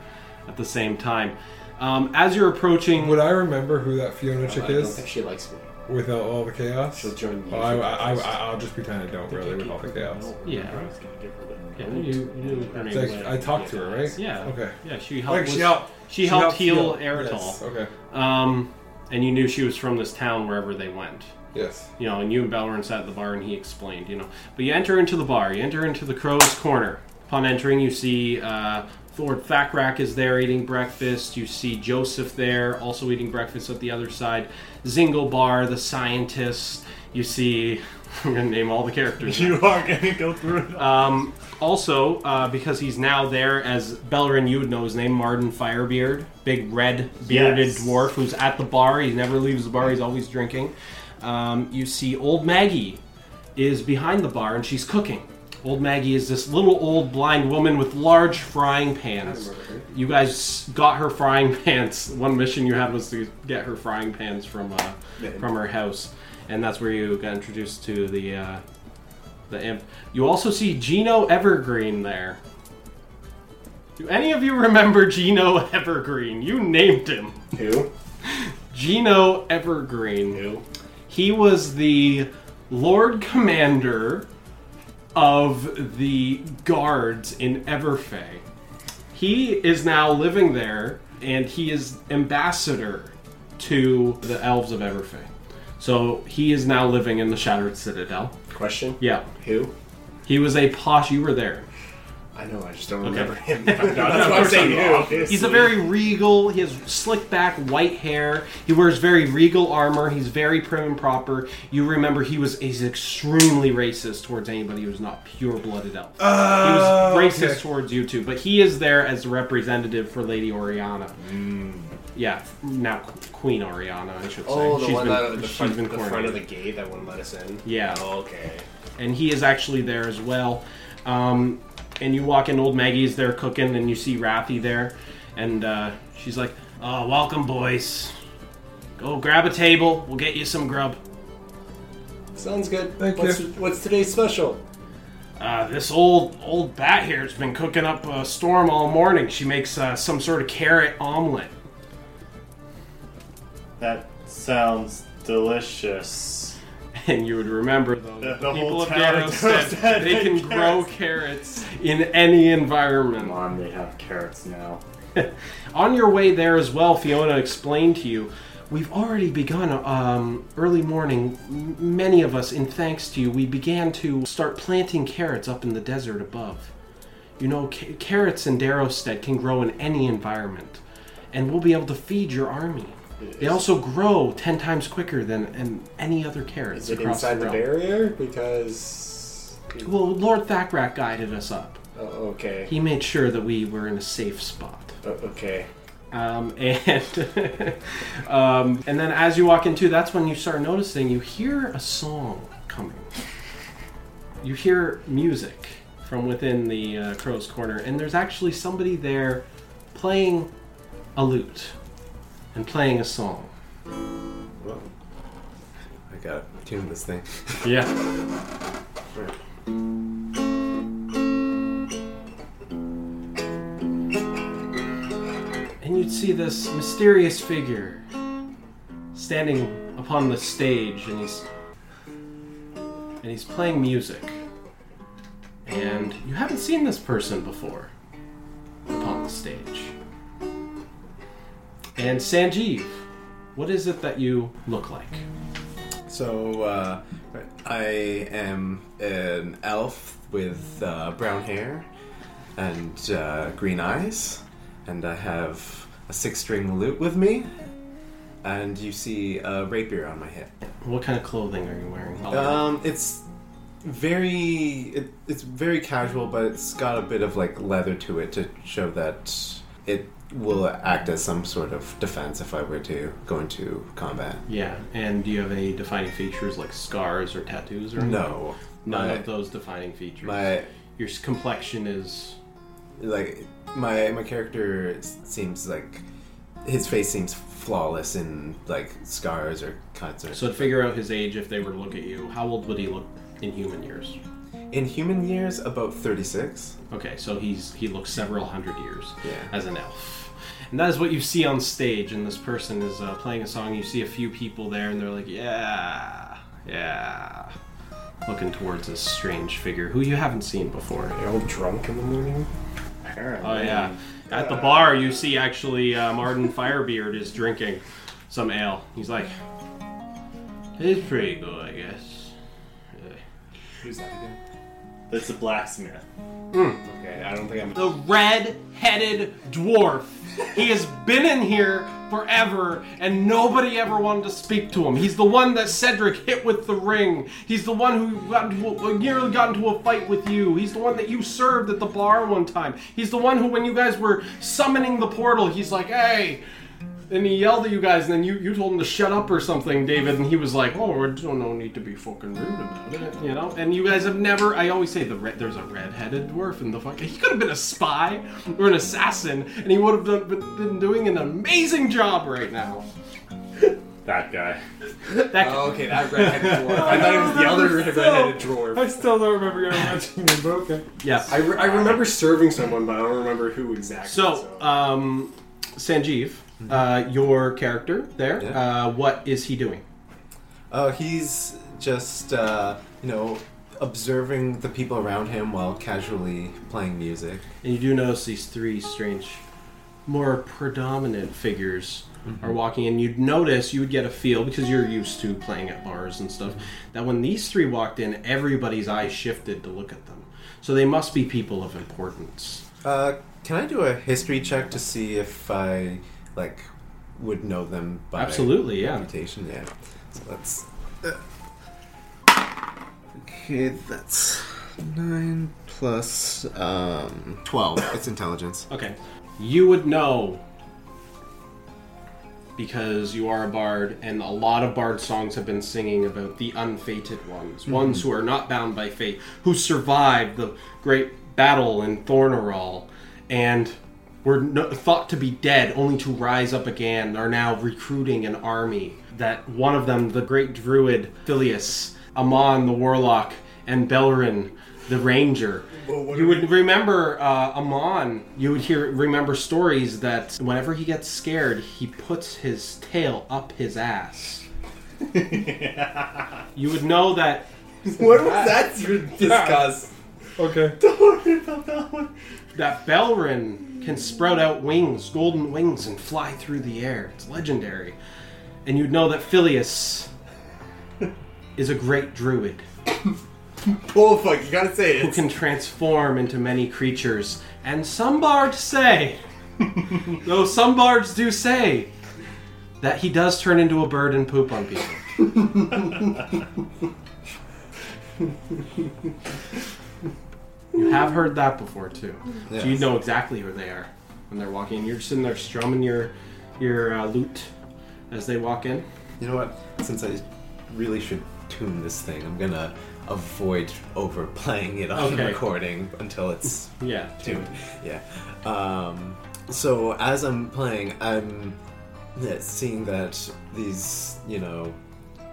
B: at the same time. Um, as you're approaching.
G: Would I remember who that Fiona
E: I
G: chick
E: don't
G: is?
E: think she likes me.
G: Without all the chaos?
E: She'll join you
G: Oh, I,
E: for
G: I,
E: breakfast.
G: I, will just pretend I don't really with all the chaos.
B: Yeah.
D: I was gonna give her the
B: Yeah,
D: note.
B: you, you knew her name
G: It's
B: was-
G: like, I talked to her, right?
B: Yeah.
G: Okay.
B: Yeah, she helped.
G: Like, she
B: was-
G: helped-
B: she
G: she
B: helped
G: helped
B: heal
G: heal.
B: Eritol.
G: Yes, okay.
B: Um, and you knew she was from this town wherever they went.
G: Yes.
B: You know, and you and Bellerin sat at the bar, and he explained. You know, but you enter into the bar. You enter into the Crow's Corner. Upon entering, you see uh, Lord Thackrack is there eating breakfast. You see Joseph there also eating breakfast at the other side. Zingle Bar, the scientist. You see, I'm gonna name all the characters. now.
D: You are gonna go through. it.
B: Um, also, uh, because he's now there as Bellerin, you would know his name, Martin Firebeard, big red bearded
D: Yes.
B: dwarf who's at the bar. He never leaves the bar. He's always drinking. Um, you see, old Maggie is behind the bar and she's cooking. Old Maggie is this little old blind woman with large frying pans. You guys got her frying pans. One mission you had was to get her frying pans from uh, from her house, and that's where you got introduced to the uh, the imp. You also see Gino Evergreen there. Do any of you remember Gino Evergreen? You named him.
E: Who?
B: Gino Evergreen.
E: Who?
B: He was the Lord Commander of the guards in Everfey. He is now living there, and he is ambassador to the elves of Everfey. So he is now living in the Shattered Citadel.
E: Question?
B: Yeah,
E: Who?
B: he was a posh. You were there.
E: I know, I just don't remember him.
D: of
E: That's why I'm
D: course I'm
E: saying
D: off.
E: who.
B: uh, He's a very regal. He has slick back white hair. He wears very regal armor. He's very prim and proper. You remember he was he's extremely racist towards anybody who's not pure blooded elf.
E: Oh,
B: he was racist
G: okay.
B: towards you two, but he is there as a representative for Lady Oriana.
E: Mm.
B: Yeah, now Queen Oriana, I should say.
E: Oh, the
B: She's
E: one
B: been-
E: that the
B: she's
E: front,
B: been
E: the front
B: coronated
E: of the gate that wouldn't let us in.
B: Yeah.
E: Oh, okay.
B: and he is actually there as well. Um, and you walk in, old Maggie's there cooking, and you see Rathy there, and uh, she's like, "Oh, welcome, boys. Go grab a table. We'll get you some grub.
E: Sounds good.
G: Thank
E: what's,
G: you.
E: What's today's special?
B: Uh, this old old bat here's been cooking up a storm all morning. She makes uh, some sort of carrot omelet.
D: That sounds delicious.
B: And you would remember though,
D: The-
B: that
D: the
B: the people
D: whole
B: of
D: town
B: Dano
D: knows
B: said
D: that
B: they
D: they
B: can
D: carrots.
B: grow carrots in any environment.
D: Mom, they have carrots now.
B: On your way there as well, Fiona explained to you, we've already begun um, early morning. m- Many of us, in thanks to you, we began to start planting carrots up in the desert above. You know, ca- carrots in Darrowstead can grow in any environment, and we'll be able to feed your army. They also grow ten times quicker than um, any other carrots
E: Is it
B: across
E: inside the,
B: the realm.
E: barrier? Because.
B: Well, Lord Thackrack guided us up.
E: Oh, okay.
B: He made sure that we were in a safe spot.
E: O- okay.
B: Um, and um, and then as you walk into, that's when you start noticing you hear a song coming. You hear music from within the uh, crow's corner, and there's actually somebody there playing a lute and playing a song.
K: I gotta tune this thing.
B: Yeah. And you'd see this mysterious figure standing upon the stage and he's and he's playing music. And you haven't seen this person before upon the stage. And Sanjeev, what is it that you look like?
K: So, uh, I am an elf with uh, brown hair and uh, green eyes, and I have a six string lute with me, and you see a rapier on my hip. Uh,
B: What kind of clothing are you wearing?
K: Um, it's very it, it's very casual but it's got a bit of like leather to it to show that it will act as some sort of defense if i were to go into combat
B: Yeah, and do you have any defining features like scars or tattoos or anything?
K: No.
B: none
K: My-
B: of those defining features.
K: my-
B: your s- complexion is
K: like my my character s- seems like his face seems flawless in like scars or cuts or
B: so to figure out his age if they were to look at you. How old would he look in human years?
K: in human years about 36
B: Okay, so he's he looks several hundred years
K: Yeah.
B: as an elf. And that is what you see on stage, and this person is uh, playing a song. You see a few people there, and they're like, yeah, yeah. Looking towards this strange figure who you haven't seen before.
M: You're all drunk in the morning.
D: Apparently.
B: Oh, yeah. At the bar, you see actually uh, Martin Firebeard is drinking some ale. He's like, it's pretty good, I guess. Yeah.
M: Who's that again?
D: That's a blacksmith.
M: Okay, I don't think I'm.
N: The red headed dwarf. He has been in here forever and nobody ever wanted to speak to him. He's the one that Cedric hit with the ring. He's the one who got into a, nearly got into a fight with you. He's the one that you served at the bar one time. He's the one who, when you guys were summoning the portal, he's like, hey. And he yelled at you guys, and then you, you told him to shut up or something, David. And he was like, "Oh, we don't no need to be fucking rude about it, you know." And you guys have never. I always say the red, there's a red-headed dwarf in the fuck. He could have been a spy or an assassin, and he would have done, been- been doing an amazing job right now.
D: That guy.
N: That
E: Oh, okay, that redheaded dwarf. I thought it was the
G: I
E: other
G: still-
E: redheaded dwarf.
G: I still don't remember ever watching them, but okay.
B: yeah.
E: I, re- I remember serving someone, but I don't remember who exactly.
N: So,
E: uh,
N: um, Sanjeev, uh, your character there,
K: Yeah.
N: uh, what is he doing?
K: Oh, he's just uh, you know observing the people around him while casually playing music.
B: And you do notice these three strange, more predominant figures are walking in. You'd notice, you would get a feel, because you're used to playing at bars and stuff, that when these three walked in, everybody's eyes shifted to look at them. So they must be people of importance.
K: Uh, can I do a history check to see if I like would know them by
B: Absolutely, yeah.
K: reputation? Yeah. So that's uh, okay. That's nine plus um, twelve. it's intelligence.
B: Okay. You would know because you are a bard, and a lot of bard songs have been singing about the unfated ones, ones who are not bound by fate, who survived the great battle in Thornerall, and were no, thought to be dead, only to rise up again, are now recruiting an army. That one of them, the great druid Phileas, Amon the warlock, and Belrin the ranger, you would remember uh, Amon. You would hear remember stories that whenever he gets scared, he puts his tail up his ass. you would know that
E: what was that to discuss?
G: Okay.
B: that Belrin can sprout out wings, golden wings, and fly through the air. It's legendary, and you'd know that Phileas is a great druid.
K: Oh fuck! You gotta say
B: who can transform into many creatures. And some bards say, though some bards do say, that he does turn into a bird and poop on people. you have heard that before too. So you
K: Yes.
B: know exactly who they are when they're walking. in. You're sitting there strumming your your uh, lute as they walk in.
K: You know what? Since I really should tune this thing, I'm gonna avoid overplaying it on
B: Okay.
K: recording until it's
B: Yeah.
K: tuned. Yeah. Um, so as I'm playing, I'm yeah, seeing that these, you know,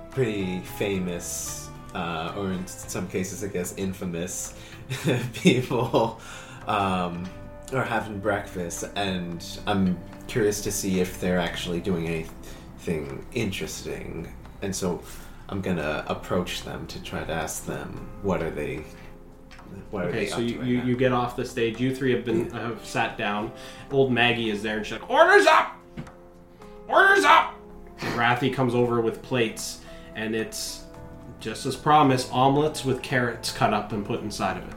K: pretty famous, uh, or in some cases, I guess, infamous people um, are having breakfast, and I'm curious to see if they're actually doing anything interesting. And so I'm gonna approach them to try to ask them what are they. What are
B: Okay,
K: they
B: so
K: up to Mm.
B: you,
K: right
B: you,
K: now?
B: you get off the stage. You three have been have sat down. Old Maggie is there, and she's like, "Orders up! Orders up!" Rathy comes over with plates, and it's just as promised: omelets with carrots cut up and put inside of it.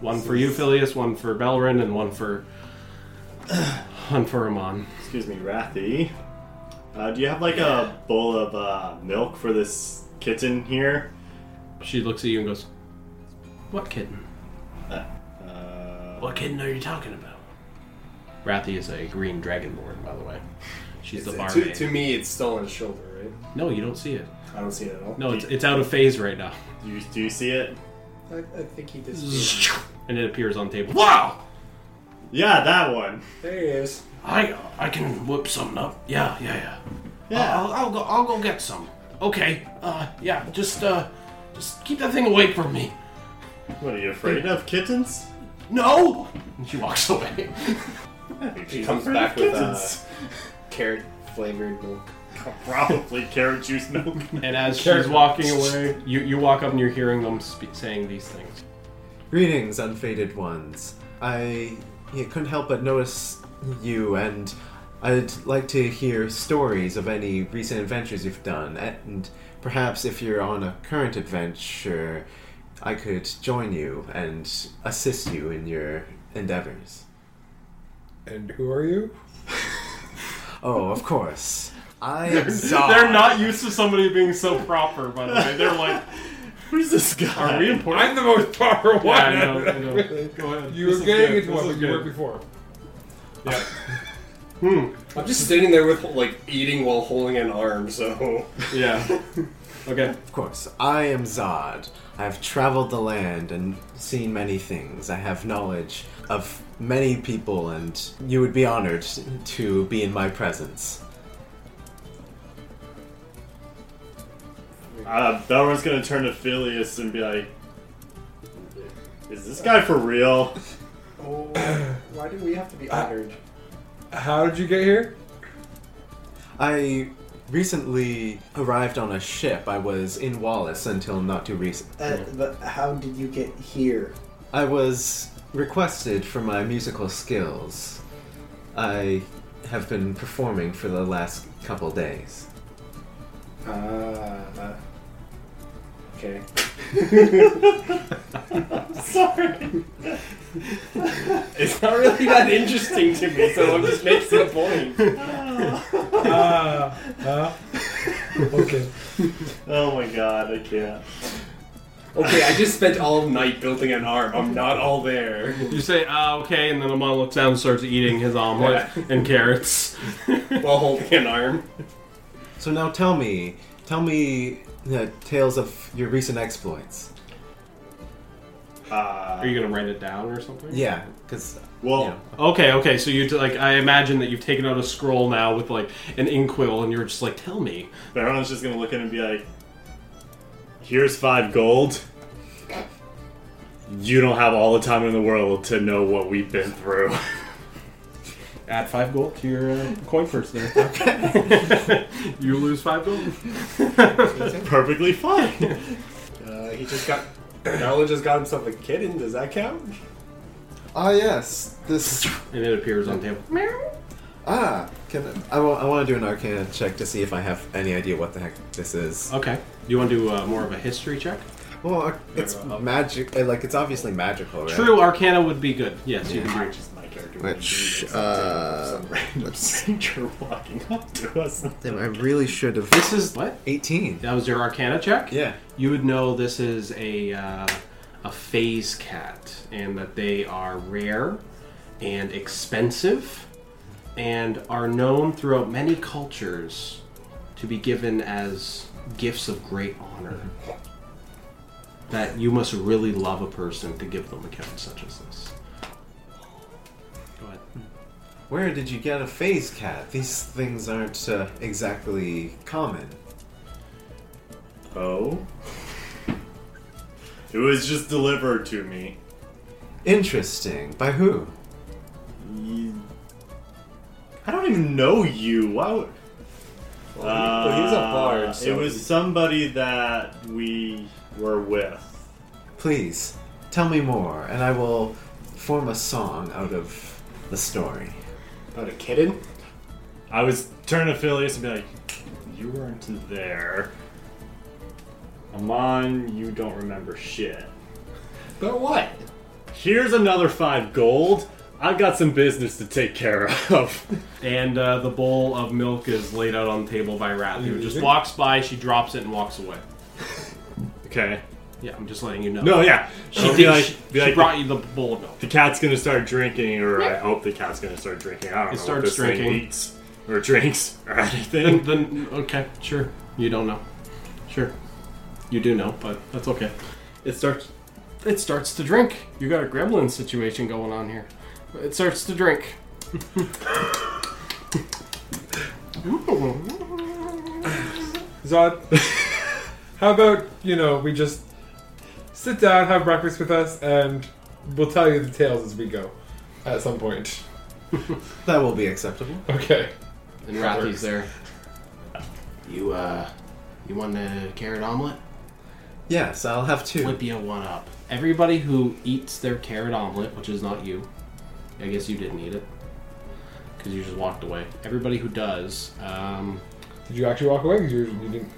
B: One for you, Phileas. One for Belrin, and one for one for Amon.
D: Excuse me, Rathy. Uh, do you have like a bowl of uh, milk for this kitten here?
B: She looks at you and goes, What kitten?
O: What kitten are you talking about?
B: Rathi is a green dragonborn, by the way. She's
E: Is
B: the
E: it-
B: barmaid.
E: to, to me, it's still on his shoulder, right?
B: No, you don't see it.
E: I don't see it at all.
B: No, it's, it's out of phase right now.
D: Do you, do you see it?
P: I, I think he disappeared.
B: And it appears on table. Wow!
D: Yeah, that one.
P: there he is.
B: I I can whip something up. Yeah, yeah, yeah.
D: Yeah.
B: I'll, I'll go I'll go get some. Okay. Uh yeah, just uh just keep that thing away from me.
D: What are you afraid of? Kittens?
B: No! And she walks away.
E: He comes back with uh, carrot flavored milk.
D: Probably carrot juice milk.
B: And as
G: Carrot-
B: she's walking away, you, you walk up and you're hearing them spe- saying these things.
K: Greetings, unfaded ones. I yeah, couldn't help but notice you, and I'd like to hear stories of any recent adventures you've done, and perhaps if you're on a current adventure, I could join you and assist you in your endeavors.
G: And who are you?
K: Oh, of course. I
B: They're,
K: am
B: they're not used to somebody being so proper, by the way. They're like,
D: Who's this guy?
B: are we important?
G: I'm the most powerful
B: Yeah,
G: one.
B: I know, I know. Go ahead.
G: You
B: This is
G: were getting
B: good.
G: into
B: This
G: one,
B: is
G: but you
B: good.
G: were before.
E: I'm just standing there with like eating while holding an arm, so
B: Yeah. Okay.
K: Of course, I am Zod. I have traveled the land and seen many things. I have knowledge of many people, and you would be honored to be in my presence.
D: Uh, Belron's gonna turn to Phileas and be like, "Is this guy for real?"
P: Oh, why do we have to be honored?
G: How did you get here?
K: I recently arrived on a ship. I was in Wallace until not too recent.
P: Uh, but how did you get here?
K: I was requested for my musical skills. I have been performing for the last couple days.
P: Ah, okay.
D: Sorry.
E: it's not really that interesting to me. So I'm just making a point.
G: Ah, uh, okay.
D: Oh my god, I can't.
E: Okay, I just spent all night building an arm. I'm not all there.
B: You say, ah, okay, and then Amon looks down and starts eating his omelet and carrots.
E: While holding an arm.
K: So now tell me, tell me uh, tales of your recent exploits.
D: Uh,
B: Are you gonna write it down or something?
K: Yeah, because
D: well,
B: Okay, okay. So you t- like, I imagine that you've taken out a scroll now with like an inkwell, and you're just like, tell me.
D: Baron's just gonna look at him and be like, "Here's five gold. You don't have all the time in the world to know what we've been through."
B: Add five gold to your uh, coin first there. you lose five gold.
D: Perfectly fine.
E: uh, he just got. Nolan just got himself a kitten. Does that count?
K: Ah, yes. This.
B: And it appears on table.
K: Ah, can I, want to do an Arcana check to see if I have any idea what the heck this is.
B: Okay. You want to do uh, more of a history check?
K: Well, ar- it's magic. uh, Like it's obviously magical, right?
B: True, Arcana would be good. Yes, you can do.
D: Which is my character.
K: Which,
D: Some
K: uh,
D: random stranger walking up to us.
K: Damn, I really should have.
B: This is what?
K: eighteen.
B: That was your Arcana check.
K: Yeah.
B: You would know this is a uh, a phase cat, and that they are rare and expensive, and are known throughout many cultures to be given as gifts of great honor. That you must really love a person to give them a gift such as this. Go ahead.
K: Where did you get a phase cat? These things aren't uh, exactly common.
D: Oh. It was just delivered to me.
K: Interesting. By who?
D: I don't even know you. Why would. Uh,
E: Well, he- well, he's a bard. So
D: it was somebody that we were with.
K: Please tell me more, and I will form a song out of the story.
E: about a kitten.
D: I was turning to Phileas and be like, You weren't there. Amon, you don't remember shit.
E: But what?
D: Here's another five gold. I've got some business to take care of.
B: And uh, the bowl of milk is laid out on the table by Rath, who just walks by, she drops it, and walks away.
D: okay.
B: Yeah, I'm just letting you know.
D: No, yeah.
B: She,
D: It'll
B: did,
D: like-
B: she,
D: be
B: she
D: like-
B: brought you the bowl of milk.
D: The cat's gonna start drinking, or I hope the cat's gonna start drinking. I don't
B: It
D: know.
B: starts
D: what this thing
B: drinking.
D: eats or drinks or
B: Then,
D: anything.
B: then, okay, sure. You don't know. Sure. You do know, but that's okay. It starts. It starts to drink. You got a gremlin situation going on here. It starts to drink.
G: Zod, how about, you know, we just sit down, have breakfast with us, and we'll tell you the tales as we go at some point.
K: That will be acceptable.
G: Okay.
B: And Rathy's there. You uh, you want a carrot omelet?
K: Yes, I'll have two.
B: Flip you one up. Everybody who eats their carrot omelet, which is not you, I guess you didn't eat it because you just walked away. Everybody who does, um,
G: Did you actually walk away? 'Cause you, you didn't.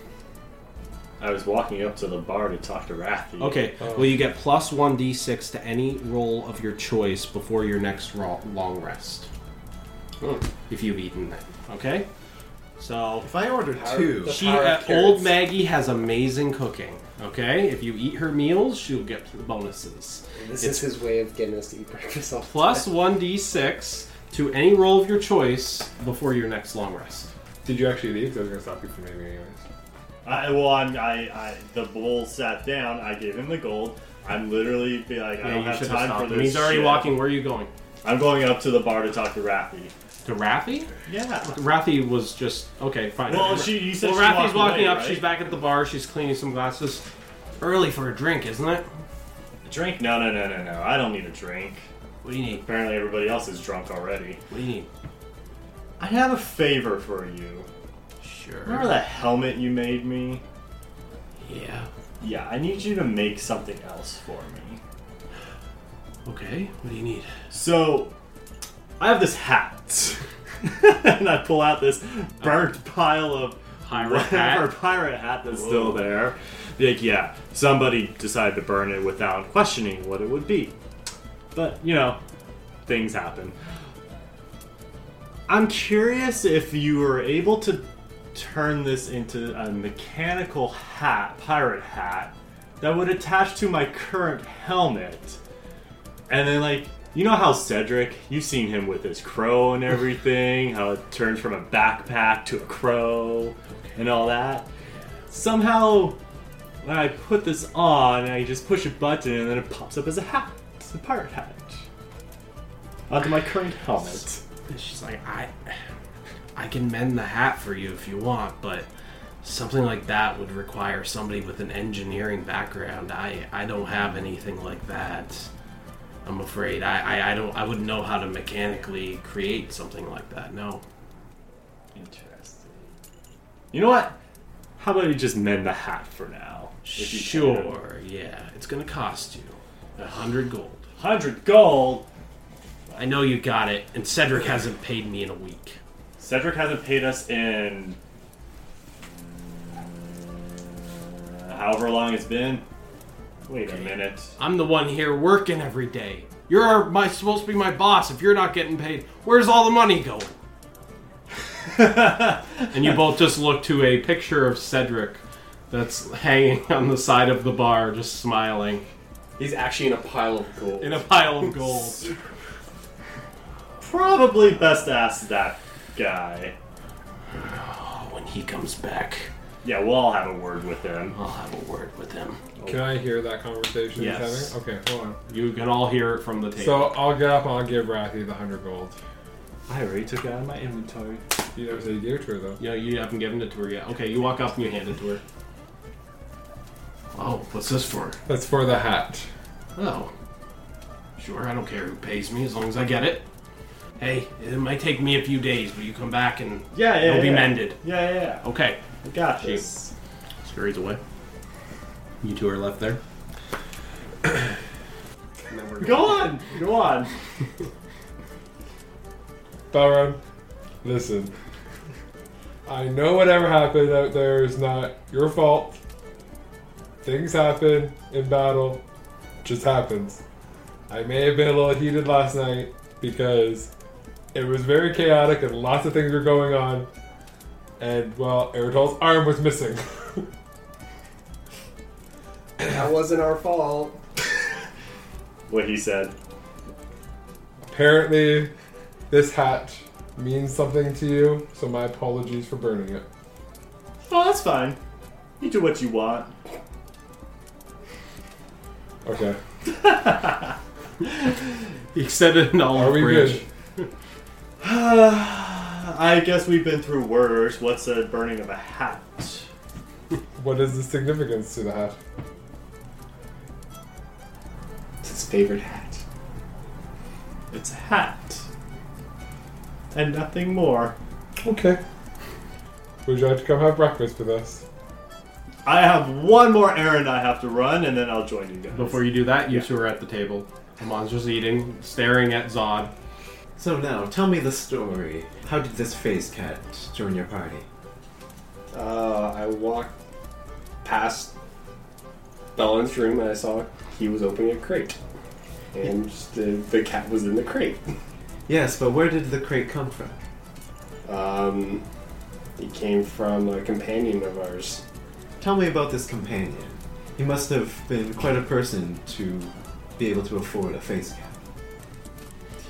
D: I was walking up to the bar to talk to Rathy.
B: Okay. Well, you get plus one d6 to any roll of your choice before your next ro- long rest.
D: Hmm.
B: If you've eaten that. Okay. So
K: If I order two,
B: she, uh, old Maggie has amazing cooking. Okay. If you eat her meals, she'll get the bonuses. It's-
E: This is his way of getting us to eat breakfast all
B: Plus one d6 to any roll of your choice before your next long rest.
G: Did you actually leave? 'Cause I was going to stop you from leaving, anyways.
D: I, well, I'm, I, I, the bull sat down. I gave him the gold. I'm literally be like, I
B: Yeah,
D: don't
B: you
D: have
B: should have
D: time
B: stopped
D: for
B: him.
D: this.
B: He's already
D: shit.
B: walking. Where are you going?
D: I'm going up to the bar to talk to Rathy.
B: To Rafi?
D: Yeah.
B: Rafi was just okay. Fine.
D: Well, she- you said
B: well,
D: she
B: Rafi's
D: walked
B: walking
D: away,
B: up.
D: right?
B: She's back at the bar. She's cleaning some glasses. Early for a drink, isn't it?
D: Drink? No, no, no, no, no. I don't need a drink.
B: What do you need?
D: Apparently, everybody else is drunk already.
B: What do you need?
D: I have a favor for you. Remember
B: Sure.
D: that helmet you made me?
B: Yeah.
D: Yeah, I need you to make something else for me.
B: Okay. What do you need?
D: So, I have this hat. and I pull out this burnt pile of
B: Pirate
D: whatever
B: hat?
D: pirate hat that's still there. Be Like, yeah, somebody decided to burn it without questioning what it would be. But, you know, things happen. I'm curious if you were able to turn this into a mechanical hat, pirate hat, that would attach to my current helmet. And then, like, you know how Cedric, you've seen him with his crow and everything, how it turns from a backpack to a crow and all that? Somehow, when I put this on, I just push a button and then it pops up as a hat. It's a pirate hat. Onto my current helmet.
B: And she's like, I, I can mend the hat for you if you want, but something like that would require somebody with an engineering background. I, I don't have anything like that. I'm afraid. I, I, I don't. I wouldn't know how to mechanically create something like that. No.
D: Interesting. You know what? How about you just mend the hat for now? if you can?
B: Sure, yeah. It's gonna cost you a hundred gold.
D: 100 gold?
B: I know you got it, and Cedric hasn't paid me in a week.
D: Cedric hasn't paid us in uh, however long it's been. Wait a minute.
B: I'm the one here working every day. You're our, my supposed to be my boss. If you're not getting paid, where's all the money going? and you both just look to a picture of Cedric that's hanging on the side of the bar, just smiling
Q: He's actually in a pile of gold.
B: in a pile of gold.
D: Probably best to ask that guy.
B: when he comes back,
D: Yeah, we'll all have a word with him.
B: I'll have a word with him.
G: Oh. Can I hear that conversation he's
D: Yes.
G: having? Okay, hold on.
B: You can all hear it from the table.
G: So I'll get up and I'll give Rathy the 100 gold.
D: I already took it out of my inventory.
G: You never said you gave it to her, though.
B: Yeah, you haven't given it to her yet. Okay, you walk up and you hand it to her. Oh, what's this for?
G: That's for the hat.
B: Oh. Sure, I don't care who pays me as long as I get it. Hey, it might take me a few days, but you come back and
D: Yeah, yeah.
B: it'll be
D: yeah.
B: mended.
D: Yeah, yeah, yeah.
B: Okay.
D: I got this.
B: Scurries away. You two are left there.
D: Go on! Go on!
G: Balron, listen. I know whatever happened out there is not your fault. Things happen in battle, just happens. I may have been a little heated last night because it was very chaotic and lots of things were going on. And well, Eritol's arm was missing.
E: That wasn't our fault.
D: What he said.
G: Apparently, this hat means something to you, so my apologies for burning it.
D: Oh, that's fine. You do what you want.
G: Okay.
B: He said it in olive
G: Are we
B: branch.
G: good?
D: I guess we've been through worse. What's a burning of a hat?
G: What is the significance to the hat?
R: It's his favorite hat.
D: It's a hat. And nothing more.
G: Okay. Would you like to come have breakfast with us?
D: I have one more errand I have to run, and then I'll join you guys.
B: Before you do that, you two are at the table. Amon's just eating, staring at Zod.
K: So now, tell me the story. How did this phase cat join your party?
E: Uh, I walked past Bellin's room and I saw he was opening a crate. And just the, the cat was in the crate.
K: Yes, but where did the crate come from?
E: Um, he came from a companion of ours.
K: Tell me about this companion. He must have been quite a person to be able to afford a face cat.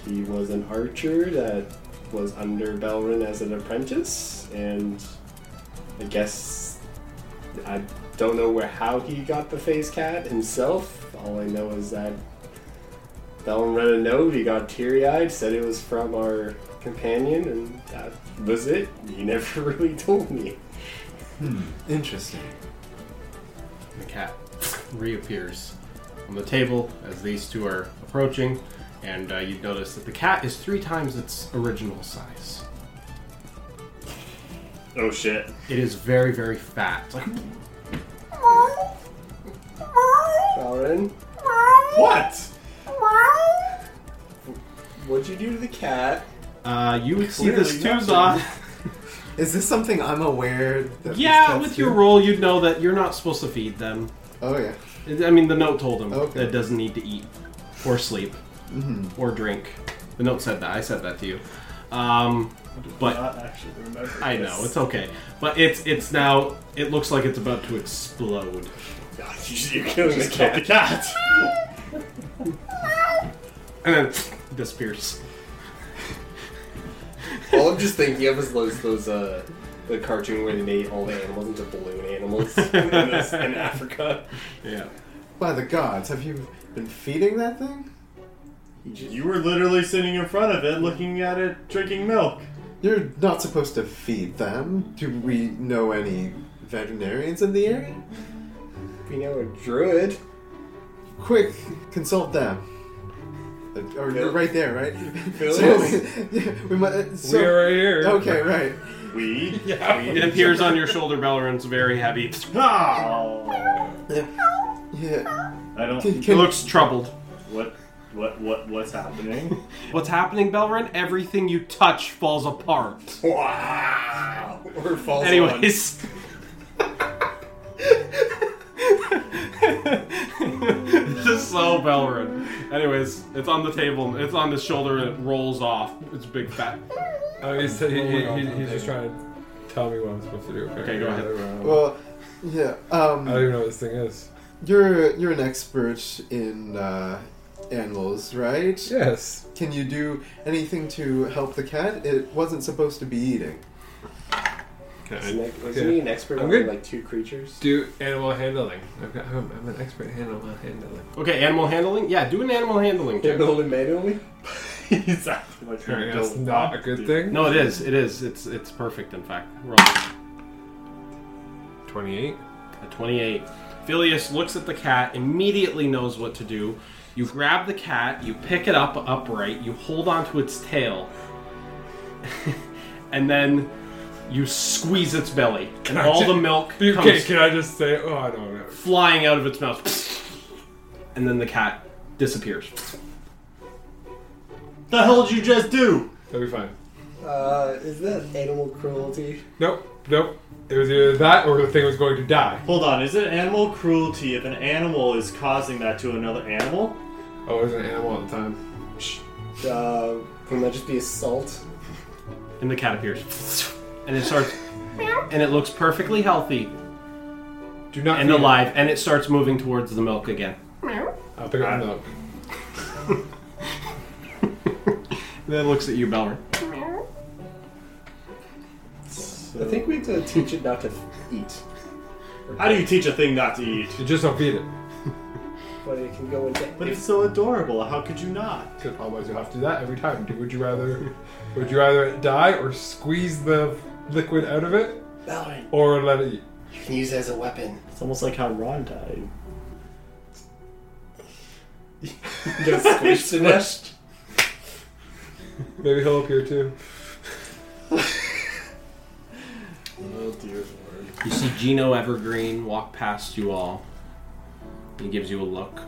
E: He was an archer that was under Belrin as an apprentice, and I guess I don't know where how he got the face cat himself. All I know is that Belrin read a note. He got teary-eyed, said it was from our companion, and that was it. He never really told me.
K: Hmm, interesting.
B: The cat reappears on the table as these two are approaching, and uh, you notice that the cat is three times its original size.
D: Oh shit.
B: It is very, very fat.
E: Belrin,
D: What?
E: what'd you do to the cat?
B: Uh, you would see this too,
E: Clearly
B: Zod.
K: Is this something I'm aware that
B: Yeah,
K: these cats
B: with your
K: do?
B: role, you'd know that you're not supposed to feed them.
K: Oh yeah.
B: I mean, the note told him
K: Okay.
B: that it doesn't need to eat or sleep or drink. The note said that. I said that to you. Um, but
D: I actually remember.
B: I know it's okay, but it's it's now it looks like it's about to explode.
D: You're killing the cat. The cat.
B: and then disappears.
E: All I'm just thinking of is those those uh the cartoon where they made all the animals into balloon animals in, this- in Africa.
B: Yeah.
K: By the gods, have you been feeding that thing?
D: You were literally sitting in front of it, looking at it, drinking milk.
K: You're not supposed to feed them. Do we know any veterinarians in the area?
E: We know a druid.
K: Quick, consult them. Uh, Or you're right there, right?
E: Phyllis?
K: So- yeah, we might, uh, so-
G: we are here.
K: Okay, right.
D: We.
B: It appears on your shoulder, Bellarin's very heavy.
D: Oh.
K: Yeah.
D: I don't.
K: Can,
B: It
K: can-
B: looks troubled.
D: What? What? What? What's happening?
B: What's happening, Bellarin? Everything you touch falls apart.
E: Wow. Or falls
B: Anyways. Just so Belrin. Anyways, it's on the table. It's on his shoulder and it rolls off. It's a big fat.
G: Oh, he's, he, he, he, he's just trying to tell me what I'm supposed to do.
B: Okay, go ahead.
G: Well,
K: well, yeah.
G: I don't
K: Um,
G: even know what this thing is.
K: you're you're an expert in uh, animals, right?
G: Yes.
K: Can you do anything to help the cat? It wasn't supposed to be eating.
E: Isn't, that,
G: Okay.
E: isn't he an expert
G: I'm
E: on
G: good.
E: like two creatures?
G: Do animal handling. I've got, I'm, I'm an expert in animal handling.
B: Okay, animal handling? Yeah, do an animal handling check.
E: Handled manually.
D: He's acting like he
G: That's
D: built
G: not a
D: up,
G: good
D: dude.
G: thing.
B: No, it is. It is. It's it's perfect. In fact, wrong.
G: 28.
B: At 28, Phileas looks at the cat. Immediately knows what to do. You grab the cat. You pick it up upright. You hold onto its tail, and then you squeeze its belly, and
G: I
B: all
G: ju-
B: the milk
G: Okay,
B: comes
G: can I just say, oh, I don't know.
B: flying out of its mouth, and then the cat disappears.
D: The hell did you just do?
G: That'll be fine.
E: Uh, is that animal cruelty?
G: Nope, nope. It was either that or the thing was going to die.
D: Hold on. Is it animal cruelty if an animal is causing that to another animal?
G: Oh, it was an animal at the time.
E: Uh, wouldn't that just be assault?
B: And the cat appears, and it starts, and it looks perfectly healthy
G: Do not
B: and
G: feed it.
B: alive, and it starts moving towards the milk again.
G: I'll pick up the milk.
B: Then it looks at you, Belrin.
F: I think we have to teach it not to eat,
D: How do you teach a thing not to eat?
G: You just don't feed it.
F: but it can go into.
D: But it's so adorable. How could you not?
G: Because otherwise you'll have to do that every time. Would you rather would you rather it die or squeeze the liquid out of it
F: Valorant,
G: or let it eat?
F: you can use it as a weapon.
D: It's almost like how Ron died.
F: Just squished in it.
G: Maybe he'll appear too.
D: Oh dear lord.
B: You see Gino Evergreen walk past you all. He gives you a look.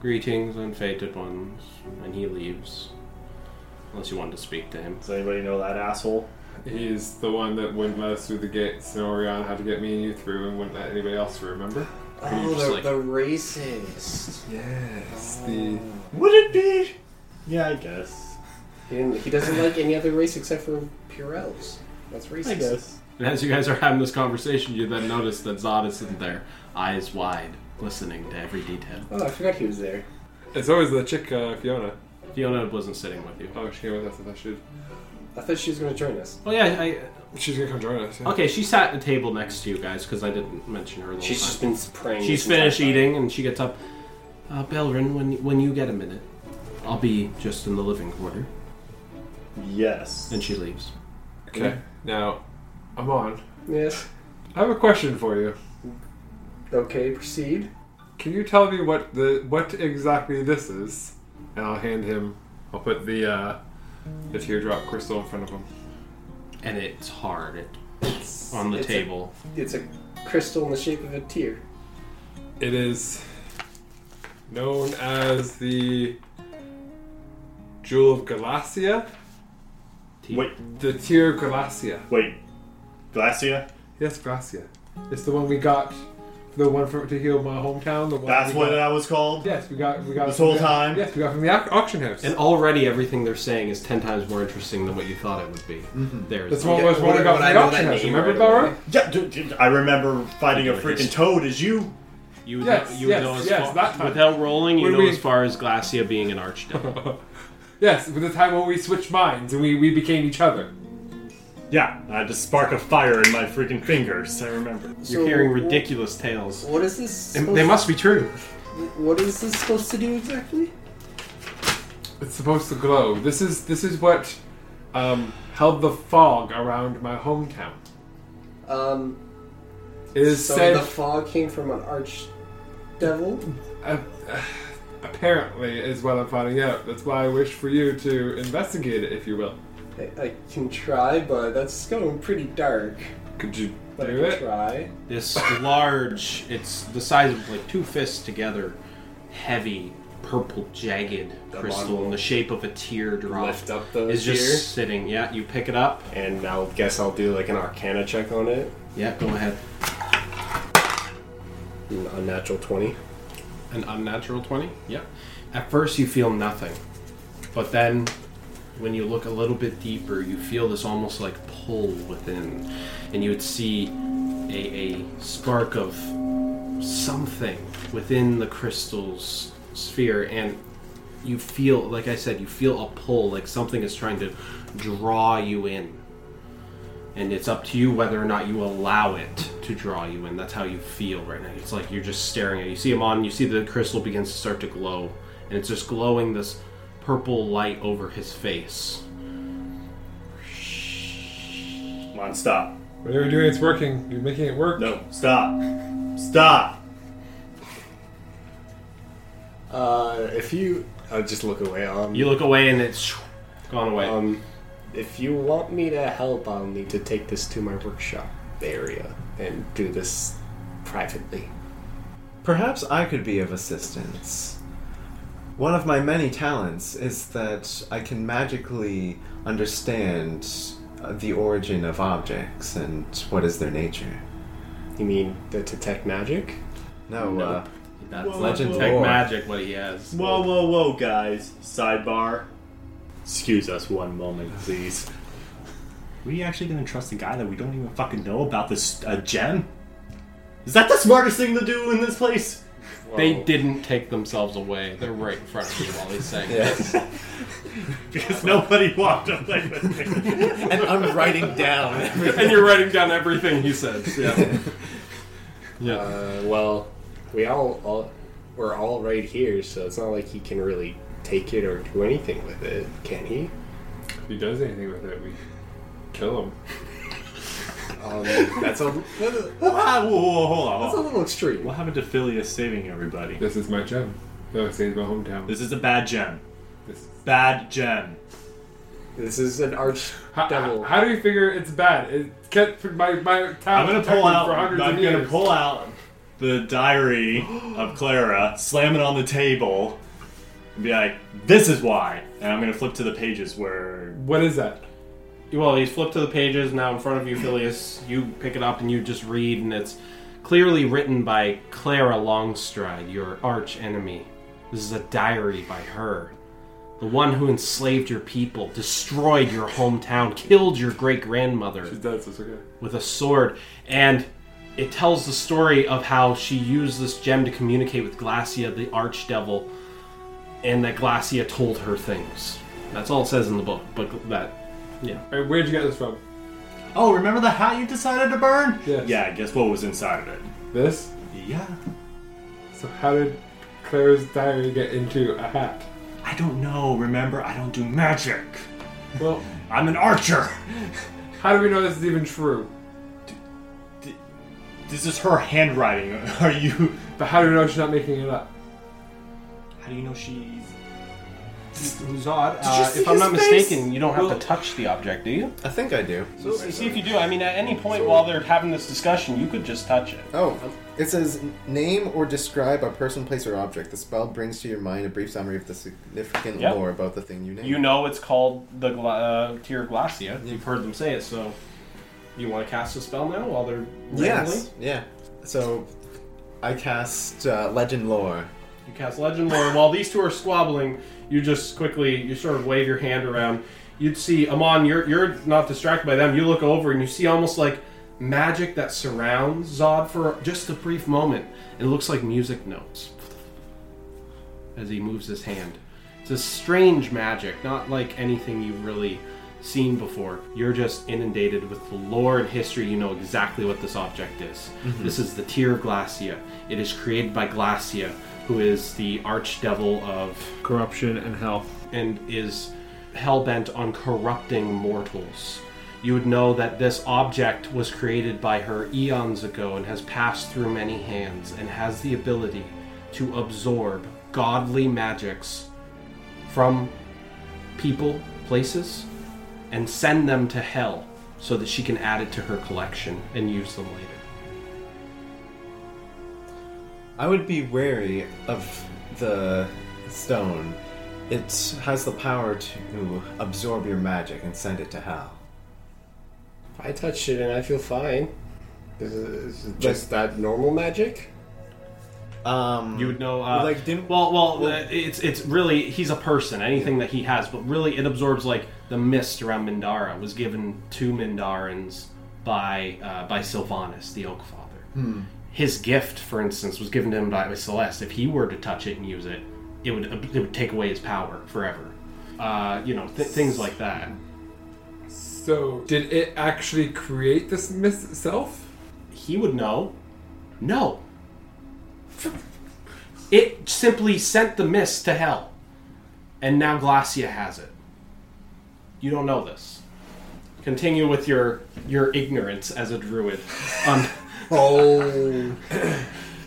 B: Greetings, unfated ones, and he leaves. Unless you wanted to speak to him.
D: Does anybody know that asshole?
G: He's the one that wouldn't let us through the gates and Orion had to get me and you through and wouldn't let anybody else through, remember?
B: you
F: Oh,
B: just
F: the,
B: like-
F: the racist.
G: Yes. The
D: Would it be? Yeah, I guess.
F: He, didn't, he doesn't like any other race except for Purells. That's racist.
D: I guess.
B: And as you guys are having this conversation, you then notice that Zod isn't there, eyes wide, listening to every detail.
F: Oh, I forgot he was there.
G: It's always the chick uh, Fiona.
B: Fiona wasn't sitting with you.
G: Oh she came with us if I should
F: I thought she was going to join us.
B: Oh yeah, I
G: she's gonna come join us. yeah.
B: okay. She sat at the table next to you guys because I didn't mention her. the whole
F: She's
B: time.
F: just been praying.
B: She's
F: this entire
B: finished
F: time.
B: eating and she gets up. Uh, Belrin, when when you get a minute, I'll be just in the living quarter.
D: Yes.
B: And she leaves.
G: Okay. Now I'm on.
F: Yes.
G: I have a question for you.
F: Okay, proceed.
G: Can you tell me what the what exactly this is? And I'll hand him. I'll put the uh, the teardrop crystal in front of him.
B: And it's hard. It, it's on the
F: it's a-
B: table.
F: It's a crystal in the shape of a tear.
G: It is known as the Jewel of Galacia.
D: Wait,
G: The Tear of Galacia.
D: wait. Glacia?
G: Yes, Galacia. It's the one we got. The one for, to heal my hometown. The one
D: That's
G: we
D: what
G: got-
D: that was called?
G: Yes, we got. We got
D: This whole
G: we got-
D: time?
G: Yes, we got from the au- auction house.
B: and already everything they're saying is ten times more interesting than what you thought it would be. There's
G: That's what was what we
E: Would-
G: got
E: would
G: from
E: I
G: the
E: know
G: auction
E: that
G: house.
E: name
G: Remember,
E: right
G: Belra?
E: away?
D: Yeah, dude, dude, I remember fighting a
B: Look at his-
D: freaking toad as you.
B: you would
G: Yes,
B: know, you would
G: yes,
B: know as
G: yes,
B: far,
G: that time.
B: without rolling. You
G: What do
B: know
G: we-
B: as far as Glacia being an archdeacon.
G: Yes, with the time when we switched minds and we, we became each other.
D: Yeah, I had to spark a fire in my freaking fingers. I remember.
B: You're
F: So
B: hearing
F: wh-
B: ridiculous tales.
F: What is this?
B: They,
F: supposed-
B: they must be true.
F: What is this supposed to do exactly?
G: It's supposed to glow. This is this is what um, held the fog around my hometown.
F: Um,
G: It is
F: so
G: said
F: the fog came from an arch devil.
G: uh, uh, apparently is what I'm finding out. That's why I wish for you to investigate it, if you will.
F: I, I can try, but that's going pretty dark.
G: Could you
F: But
G: do
F: I can
G: it?
F: try.
B: This large, it's the size of like two fists together, heavy, purple, jagged crystal in the shape of a teardrop.
E: Lift up the
B: is just
E: tear.
B: sitting. Yeah, you pick it up.
E: And I'll guess I'll do like an Arcana check on it.
B: Yeah, go ahead.
E: An unnatural twenty.
B: An unnatural 20? Yeah. At first, you feel nothing. But then, when you look a little bit deeper, you feel this almost like pull within. And you would see a, a spark of something within the crystal's sphere. And you feel, like I said, you feel a pull, like something is trying to draw you in. and it's up to you whether or not you allow it to draw you in. That's how you feel right now. It's like you're just staring at. It. You see him on. You see the crystal begins to start to glow, and it's just glowing this purple light over his face.
D: Come on, stop.
G: Whatever you're doing, it's working. You're making it work.
D: No, stop. Stop.
E: Uh, if you, I'll just look away. Um,
B: You look away, and it's gone away.
E: um, if you want me to help, I'll need to take this to my workshop area and do this privately.
K: Perhaps I could be of assistance. One of my many talents is that I can magically understand uh, the origin of objects and what is their nature.
E: You mean the detect magic?
K: No, uh,
B: That's
D: Whoa,
B: legend
D: whoa,
B: tech
K: whoa.
B: magic. What he has.
D: Whoa, whoa, whoa, guys. Sidebar. Excuse us one moment, please. We actually gonna trust a guy that we don't even fucking know about this uh, gem? Is that the smartest thing to do in this place?
L: They
G: Oh.
L: didn't take themselves away. They're right in front of me while he's saying this.
D: Because nobody walked up there with me.
K: and I'm writing down everything.
L: and you're writing down everything he says. Yeah. Yeah.
E: Uh, well, we all, all we're all right here, so it's not like he can really take it or do anything with it, can he?
G: If he does anything with it, we kill him.
E: Um, that's a that's a-
D: whoa, whoa, whoa, hold on.
E: that's a
D: Hold on.
E: little extreme.
D: What happened to Phileas saving everybody?
G: This is my gem. No, it saves my hometown.
D: This is a bad gem.
G: This-
D: Bad gem.
E: This is an arch
G: how,
E: devil.
G: how do you figure it's bad? It kept my my town.
D: I'm gonna pull
G: protected
D: out.
G: For hundreds
D: I'm
G: of
D: gonna
G: years.
D: pull out the diary of Clara, slam it on the table, and be like, "This is why." And I'm gonna flip to the pages where
G: What is that?
B: Well, he's flipped to the pages now in front of you, Phileas. You pick it up and you just read, and it's clearly written by Clara Longstride, your arch enemy. This is a diary by her. The one who enslaved your people, destroyed your hometown, killed your great grandmother
G: She's dead, so it's okay.
B: with a sword, and it tells the story of how she used this gem to communicate with Glacia, the archdevil, and that Glacia told her things. That's all it says in the book, but that
G: All right, where'd you get this from?
D: Oh, remember the hat you decided to burn?
G: Yes.
D: Yeah, guess what was inside of it?
G: This.
D: Yeah.
G: So how did Claire's diary get into a hat?
D: I don't know, remember? I don't do magic.
G: Well,
D: I'm an archer.
G: how do we know this is even true?
D: This is her handwriting. Are you.
G: But how do we know she's not making it up?
D: How do you know she's.
B: Who's odd?
E: you
B: Uh,
E: see
B: if I'm
E: his
B: not
E: face?
B: mistaken, you don't have to touch the object, do you?
K: I think I do.
B: see if you do. I mean, at any point while they're having this discussion, you could just touch it.
K: Oh, it says name or describe a person, place, or object. The spell brings to your mind a brief summary of the significant
B: Yeah.
K: lore about the thing you name.
B: You know it's called the gla- uh, Tear Glacia. You've heard them say it, so you want to cast a spell now while they're
K: Yes. Yeah. So, I cast uh, legend lore.
B: You cast Legend Lore. While these two are squabbling, you just quickly you sort of wave your hand around. You'd see Amon. You're you're not distracted by them. You look over and you see almost like magic that surrounds Zod for just a brief moment. It looks like music notes as he moves his hand. It's a strange magic, not like anything you've really seen before. You're just inundated with the lore and history. You know exactly what this object is. This is the Tear Glacia. It is created by Glacia, who is the archdevil of
G: Corruption and health.
B: and is hellbent on corrupting mortals. You would know that this object was created by her eons ago and has passed through many hands and has the ability to absorb godly magics from people, places, and send them to hell so that she can add it to her collection and use them later.
K: I would be wary of the stone. It has the power to absorb your magic and send it to hell.
E: I touched it and I feel fine. Is it, is it just that normal magic?
K: Um,
B: You would know, uh,
K: like didn't
B: Well, well, uh, it's it's really he's a person. Anything that he has, but really it absorbs like the mist around Mindara was given to Mindarans by uh, by Sylvanas, the Oak Father.
K: Hmm.
B: His gift, for instance, was given to him by, by Celeste. If he were to touch it and use it, it would it would take away his power forever. Uh, you know, th- things like that.
G: So did it actually create this mist itself?
B: He would know. No. It simply sent the mist to hell. And now Glacia has it. You don't know this. Continue with your your ignorance as a druid. Um,
E: Oh,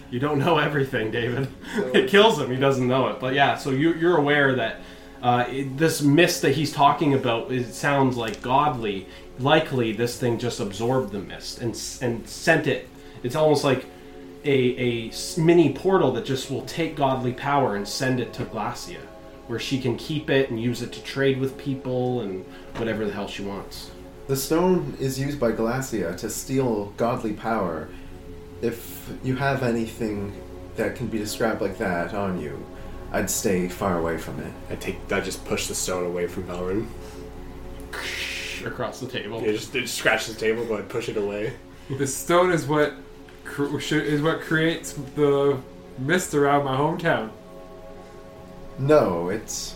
B: you don't know everything, David. It kills him. He doesn't know it. But yeah, so you, you're aware that uh, it, this mist that he's talking about it sounds like godly. Likely, this thing just absorbed the mist and s- and sent it. It's almost like a, a s- mini portal that just will take godly power and send it to Glacia, where she can keep it and use it to trade with people and whatever the hell she wants.
K: The stone is used by Glacia to steal godly power. If you have anything that can be described like that on you, I'd stay far away from it.
E: I take. I just push the stone away from Belrin.
B: Across the table.
E: It just it just scratches the table, but I push it away.
G: The stone is what cr- should, is what creates the mist around my hometown.
K: No, it's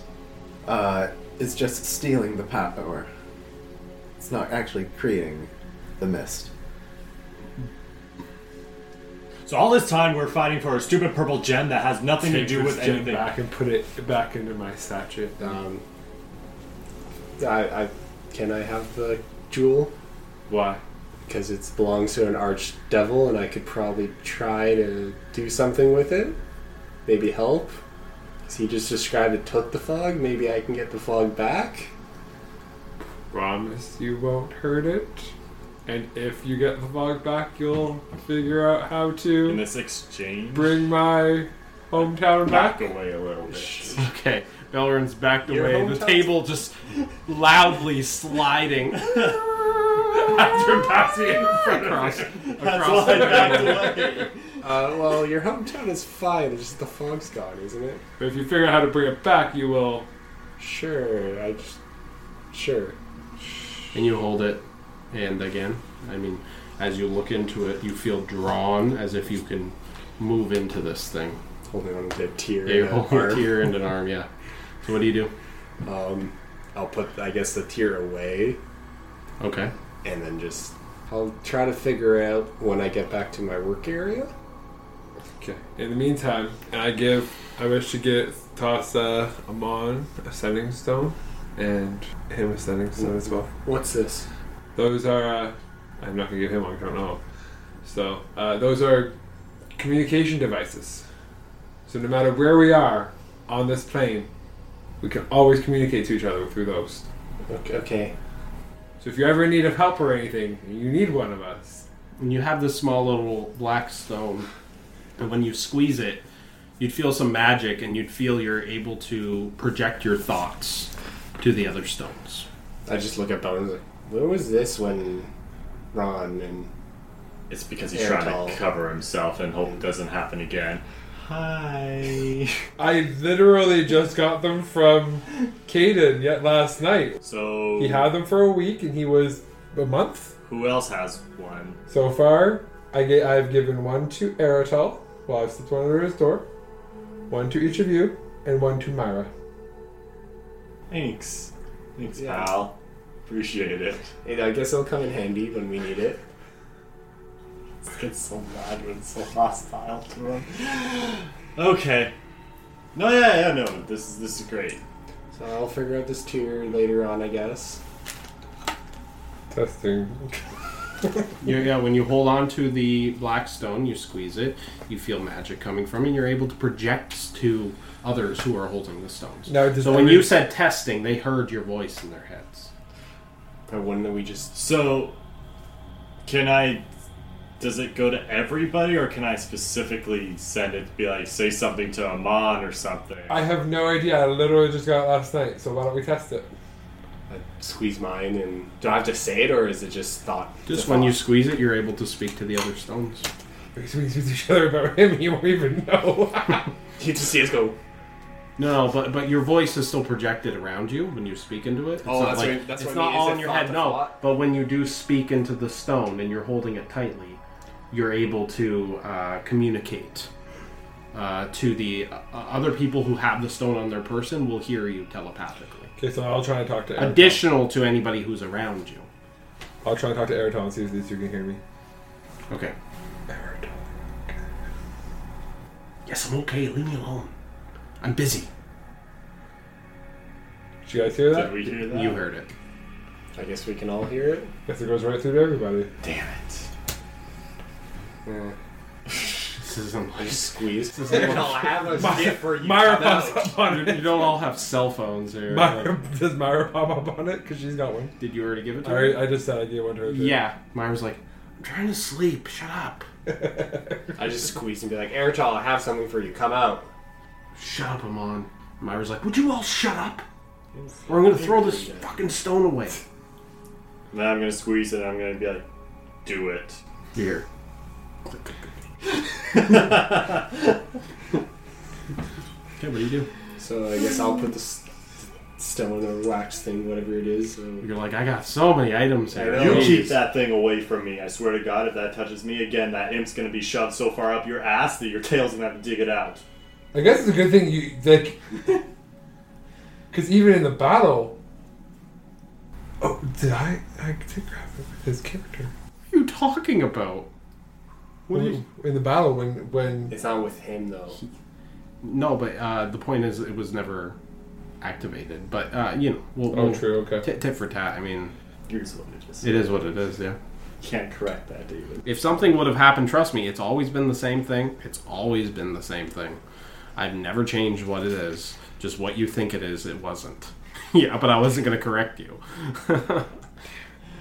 K: uh, it's just stealing the power. It's not actually creating the mist.
D: So all this time we're fighting for a stupid purple gem that has nothing to
G: Take
D: do
G: this
D: with
G: gem
D: anything.
G: Back and put it back into my statue.
E: Um, I, I can I have the jewel
G: Why?
E: because it belongs to an archdevil, and I could probably try to do something with it. Maybe help. 'Cause he just described it took the fog. Maybe I can get the fog back.
G: Promise you won't hurt it. And if you get the fog back, you'll figure out how
D: In
G: to
D: this exchange,
G: bring my hometown
S: Back
G: back.
S: away a little bit.
B: Okay, Belrin's backed
D: Your
B: away. The
D: hometown-
B: table just loudly sliding
S: After passing in front of
B: across.
D: that's why I backed away.
E: Uh, well, your hometown is fine. It's just the fog's gone, isn't it?
G: But if you figure out how to bring it back, you will.
E: Sure. I just sure.
B: And you hold it, and again, I mean, as you look into it, you feel drawn as if you can move into this thing.
E: Holding on to a tear.
B: You
E: in
B: hold
E: the
B: your
E: arm.
B: tear and an arm, yeah. So what do you do?
E: Um, I'll put I guess the tear away
B: Okay.
E: and then just I'll try to figure out when I get back to my work area.
G: Okay. In the meantime, I give. I wish to give Tasa Amon a sending stone, and him a sending stone as well.
E: What's this?
G: Those are. Uh, I'm not gonna give him one. 'cause I don't know. So uh, those are communication devices. So no matter where we are on this plane, we can always communicate to each other through those.
E: Okay. okay.
G: So if you're ever in need of help or anything, you need one of us.
B: And you have this small little black stone, and when you squeeze it, you'd feel some magic, and you'd feel you're able to project your thoughts to the other stones.
E: I just look at Bella and like, where was this when Ron and
D: It's because he's
E: Air
D: trying
E: towel.
D: to cover himself and hope it doesn't happen again. Hi.
G: I literally just got them from Caden yet last night.
D: So
G: He had them for a week, and he was a month
D: who else has one?
G: so far. I ga- I've given one to Aerotol while I've slipped one under his door, one to each of you, and one to Myra.
D: Thanks. Thanks,
E: Yeah.
D: pal. Appreciate it.
E: Hey, I guess it'll come in handy when we need it.
D: It gets so mad when it's so hostile to him. okay. No, yeah, yeah, no. This is this is great.
E: So I'll figure out this tier later on, I guess.
G: Testing.
B: Yeah, yeah, when you hold on to the black stone, you squeeze it, you feel magic coming from it, and you're able to project to others who are holding the stones.
G: Now, does
B: so when
G: every-
B: you said testing, they heard your voice in their heads.
E: Or one that we just
D: So, can I? Does it go to everybody, or can I specifically send it? Be like, say something to Amon or something.
G: I have no idea. I literally just got it last night, so why don't we test it?
E: I squeeze mine and do I have to say it or is it just thought?
B: Just when you squeeze it, you're able to speak to the other stones.
G: We speak with each other about him, he won't even know.
E: you just see us go.
B: No, but but your voice is still projected around you when you speak into it. It's
E: Oh,
B: not
E: that's
B: like,
E: what I- that's
B: it's
E: what I
B: not
E: mean. Is
B: all
E: it
B: in your
E: thought
B: head.
E: to
B: No,
E: thought?
B: but when you do speak into the stone and you're holding it tightly, you're able to uh, communicate uh, to the uh, other people who have the stone on their person. Will hear you telepathically.
G: okay, so I'll try and talk to. Aerotol.
B: Additional to anybody who's around you.
G: I'll try and talk to Aerotol and see if these two can hear me.
B: Okay. Yes, I'm okay. Leave me alone. I'm busy.
G: Did you guys hear
D: Did
G: that?
D: we hear that?
B: You heard it.
E: I guess we can all hear it.
G: Guess it goes right through to everybody.
D: Damn it.
B: This isn't
E: I just squeeze.
G: Myra pops up on
B: You
G: it.
B: don't all have cell phones here.
G: Myra, does Myra pop up on it? Because she's got one.
B: Did you already give it to
G: I,
B: her?
G: already- I just said I gave one to her. too.
B: Yeah. Myra's like, I'm trying to sleep. Shut up.
E: I just squeeze and be like, Airtal, I have something for you. Come out.
B: Shut up, Amon. Myra's like, Would you all shut up? Or I'm gonna throw this fucking stone away.
D: Now I'm gonna squeeze it. and I'm gonna be like, do it.
B: Here. okay, what do you do?
E: So I guess I'll put the s- still in a wax thing, whatever it is. So.
B: You're like, I got so many items here.
D: You
B: Jeez.
D: keep that thing away from me. I swear to God, if that touches me again, that imp's gonna be shoved so far up your ass that your tail's gonna have to dig it out.
G: I guess it's a good thing you like, because even in the battle. Oh, did I? I did grab it with his character.
B: What are you talking about? What are you-
G: in the battle when when
E: It's not with him though.
B: No, but uh, the point is, it was never activated. But uh, you know, we'll,
G: Oh,
B: we'll-
G: true, okay.
B: Tit, tit for tat. I mean,
D: Here's what it is.
B: it is what it is. Yeah.
D: Can't correct that, David.
B: If something would have happened, trust me, it's always been the same thing. It's always been the same thing. I've never changed what it is. Just what you think it is, it wasn't. yeah, but I wasn't going to correct you.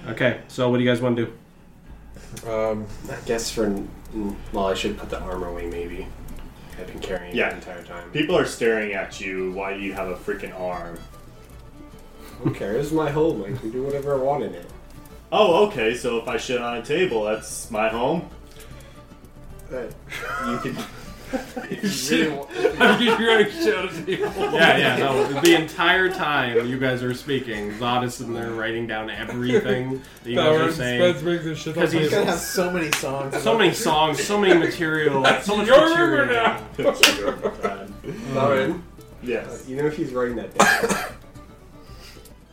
B: okay, so what do you guys want to do?
G: um,
E: I guess for mm, well, I should put the armor away. Maybe I've been carrying
D: Yeah.
E: it the entire time.
D: People are staring at you. Why do you have a freaking arm?
E: Who cares? My home. I can do whatever I want in it.
D: Oh, okay. So if I shit on a table, that's my home.
E: But
D: You can.
B: Yeah, yeah, no. The entire time you guys are speaking, Zod is sitting there writing down everything that you guys are
G: Baron
B: saying.
G: Spence brings his shit up.
B: 'Cause he's-
K: gonna have so many songs.
B: So many songs, so many material, so much
G: your
B: material.
G: rumor now.
D: That's your plan. Um,
E: Lauren,
D: yes.
E: you know if he's writing that down.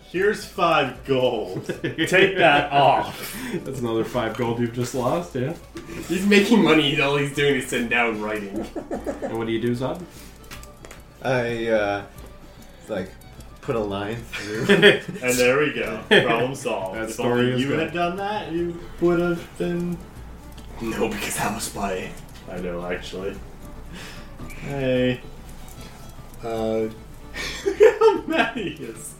D: Here's five gold. Take that off.
B: That's another five gold you've just lost, yeah.
E: he's making money. All he's doing is sitting down writing.
B: And what do you do, Zod?
K: I uh, like put a line through.
D: And there we go. Problem solved.
B: That
D: if
B: story
D: only
B: is
D: you
B: good.
D: had done that, you would have been. No, because I was spy. I know, actually. Hey.
T: Uh,
D: How mad he is.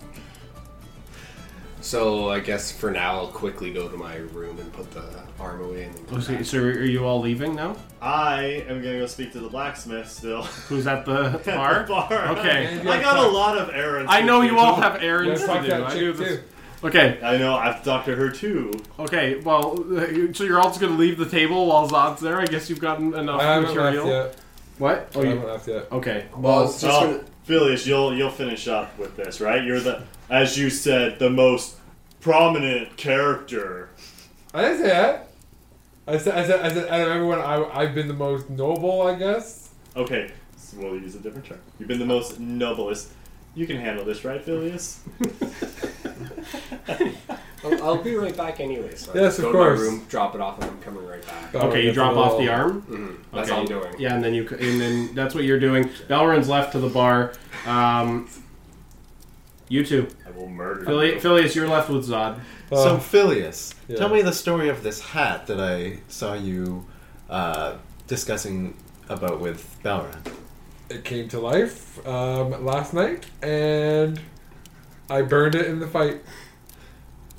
T: so I guess for now I'll quickly go to my room and put the arm away. And then come
B: Oh, So,
T: back.
B: so are you all leaving now?
D: I am gonna go speak to the blacksmith still.
B: Who's at the
D: At
B: bar?
D: the bar.
B: Okay.
D: I got a lot of errands.
B: I know
D: to do.
B: you all have
G: Yeah,
B: errands
G: fuck
B: to do.
G: that
B: I do
G: chick
B: this.
G: too.
B: Okay,
D: I know, I've talked to her too.
B: okay. Well, so you're all just gonna leave the table while Zod's there. I guess you've gotten enough
G: I haven't
B: material.
G: left yet.
B: What? Oh,
G: I
B: you,
G: haven't left yet.
B: okay.
T: well, I was just
D: oh,
T: gonna-
D: Phileas, you'll you'll finish up with this, right? You're the, as you said, the most prominent character.
G: I didn't say that. I said, I said, I said, out of everyone, I, I've been the most noble, I guess.
D: Okay, so we'll use a different term. You've been the most noblest. You can handle this, right, Phileas?
E: I'll, I'll be right back anyway. So I
G: Yes,
E: just
G: of
E: go to my
G: course.
E: room, drop it off, and I'm coming right back.
B: Okay, you drop off the arm.
E: That's
B: Okay.
E: all I'm doing.
B: Yeah, and then you c- and then that's what you're doing. Valorant's left to the bar. Um, you two,
D: I will murder
B: Phile- Phileas, you're left with Zod.
K: so
G: Uh,
K: Phileas,
G: yeah.
K: tell me the story of this hat that I saw you uh, discussing about with Balron.
G: it came to life um, last night, and I burned it in the fight.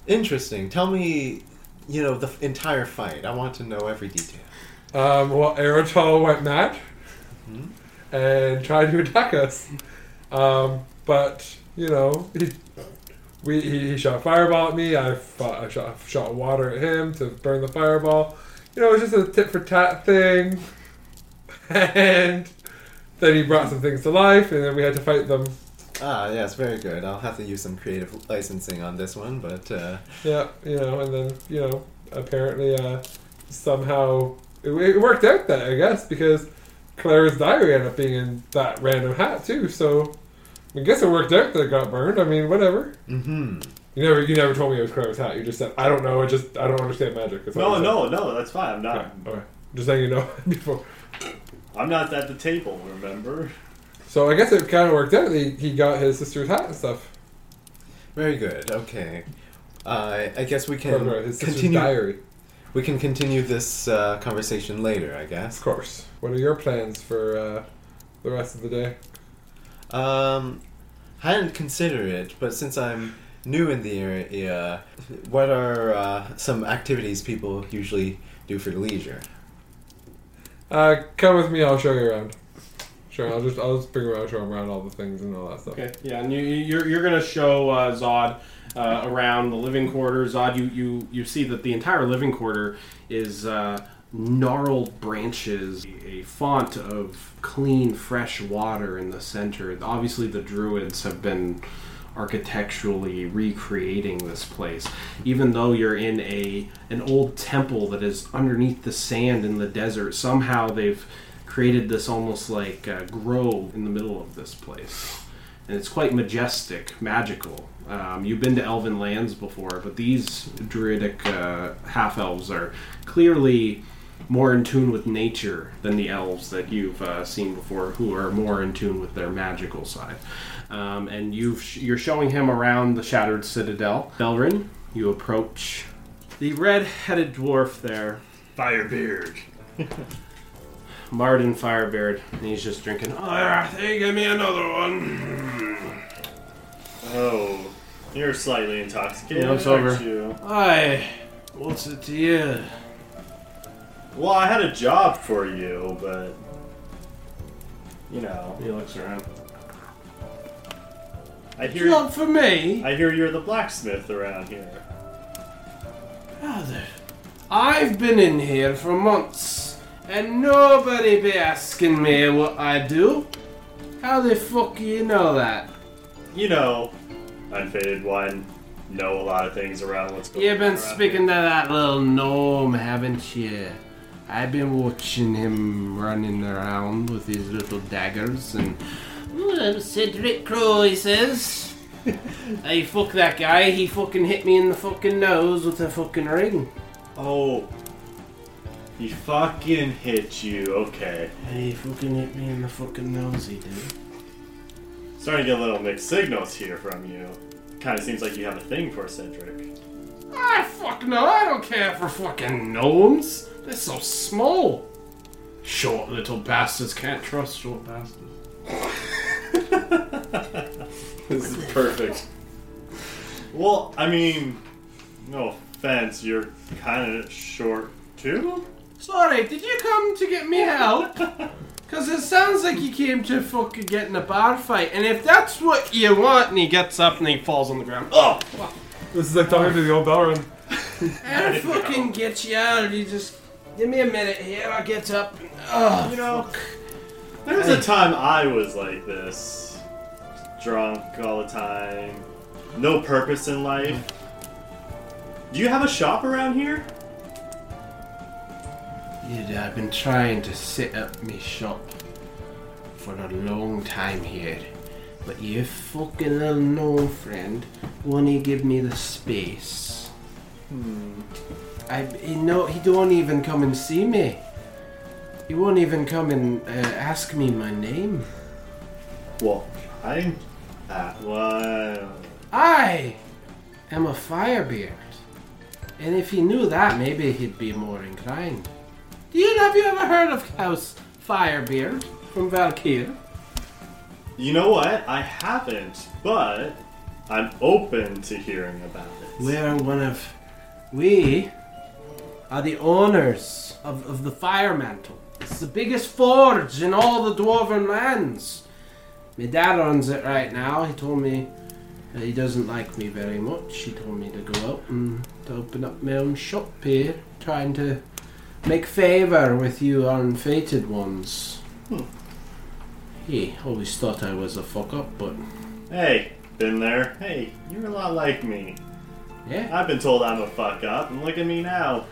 K: Interesting. Tell me, you know, the f- entire fight. I want to know every detail.
G: Um, well, Aerotol went mad and tried to attack us. Um, but, you know, he, we, he, he shot a fireball at me. I, fought, I shot, shot water at him to burn the fireball. You know, it was just a tit for tat thing. and then he brought some things to life, and then we had to fight them.
K: Ah, yes, very good. I'll have to use some creative licensing on this one, but uh,
G: Yeah, you know, and then, you know, apparently uh, somehow it, it worked out that, I guess, because Clara's diary ended up being in that random hat, too, so I guess it worked out that it got burned. I mean, whatever.
K: hmm
G: You never you never told me it was Clara's hat. You just said, I don't know, I just, I don't understand magic. That's all
D: No,
G: you
D: no, no. That's fine. I'm
G: said.
D: not.
G: Okay, okay. Just letting you know before.
D: I'm not at the table. Remember?
G: So I guess it kind of worked out that he, he got his sister's hat and stuff.
K: Very good. Okay. Uh, I guess we
G: Or,
K: can
G: or his sister's
K: continue.
G: diary.
K: We can continue this uh, conversation later, I
G: Of
K: guess.
G: course. What are your plans for uh, the rest of the day?
K: Um, I hadn't considered it, but since I'm new in the area, what are uh, some activities people usually do for leisure?
G: Uh, come with me. I'll show you around. Sure, I'll just I'll just bring around, show him around all the things and all that stuff.
B: Okay, yeah, and you, you're you're gonna show uh, Zod uh, around the living quarter. Zod, you you you see that the entire living quarter is uh, gnarled branches, a font of clean, fresh water in the center. Obviously, the druids have been architecturally recreating this place. Even though you're in a an old temple that is underneath the sand in the desert, somehow they've created this almost like uh, grove in the middle of this place, and it's quite majestic, magical. Um, you've been to elven lands before, but these druidic uh, half elves are clearly more in tune with nature than the elves that you've uh, seen before, who are more in tune with their magical side. Um, and you've sh- you're showing him around the shattered citadel. Belrin, you approach the red-headed dwarf there,
D: Firebeard.
B: Marden Firebeard, and he's just drinking. "Ah, hey, give me another one.
D: Oh, you're slightly intoxicated.
B: Yeah, it's over.
D: aren't you?
B: Hi, what's it to you?
D: Well, I had a job for you, but you know.
B: He looks around.
D: I hear
B: Not for me.
D: I hear you're the blacksmith around here.
B: Brother, I've been in here for months, and nobody be asking me what I do. How the fuck you know that?
D: You know, unfaded one. Know a lot of things around what's going on.
B: You've been
D: around
B: speaking to that little gnome, haven't you? I've been watching him running around with his little daggers and. "Ooh, Cedric Crow, he says. hey, fuck that guy. He fucking hit me in the fucking nose with a fucking ring.
D: Oh. He fucking hit you. Okay.
B: He fucking hit me in the fucking nose, he did.
D: Starting to get little mixed signals here from you. Kind of seems like you have a thing for Cedric.
B: I fuck no, I don't care for fucking gnomes. They're so small. Short little bastards can't trust short bastards.
D: This is perfect. well, I mean, no offense, you're kind of short too.
B: Sorry, did you come to get me help? Because it sounds like you came to fucking get in a bar fight, and if that's what you want, and he gets up and he falls on the ground. Oh!
G: This is like talking to the old Belrin.
B: I'll fucking get you out, you just. Give me a minute here, I'll get up. And, oh,
D: You know, there was a time I was like this, drunk all the time, no purpose in life. Do you have a shop around here?
B: Dude, I've been trying to set up my shop for a long time here, but your fucking little gnome friend won't give me the space. I he no he don't even come and see me. He won't even come and uh, ask me my name.
D: Well, uh, I'm at one.
B: I am a firebeard, and if he knew that, maybe he'd be more inclined. Do you have you ever heard of House Firebeard from Valkyrie?
D: You know what? I haven't, but I'm open to hearing about it.
B: We're one of. We are the owners of, of the Fire Mantle. It's the biggest forge in all the Dwarven lands. My dad owns it right now. He told me that he doesn't like me very much. He told me to go out and to open up my own shop here, trying to make favor with you unfated ones. He always thought I was a fuck up, but
D: Hey, been there. Hey, you're a lot like me.
B: yeah,
D: I've been told I'm a fuck up, and look at me now.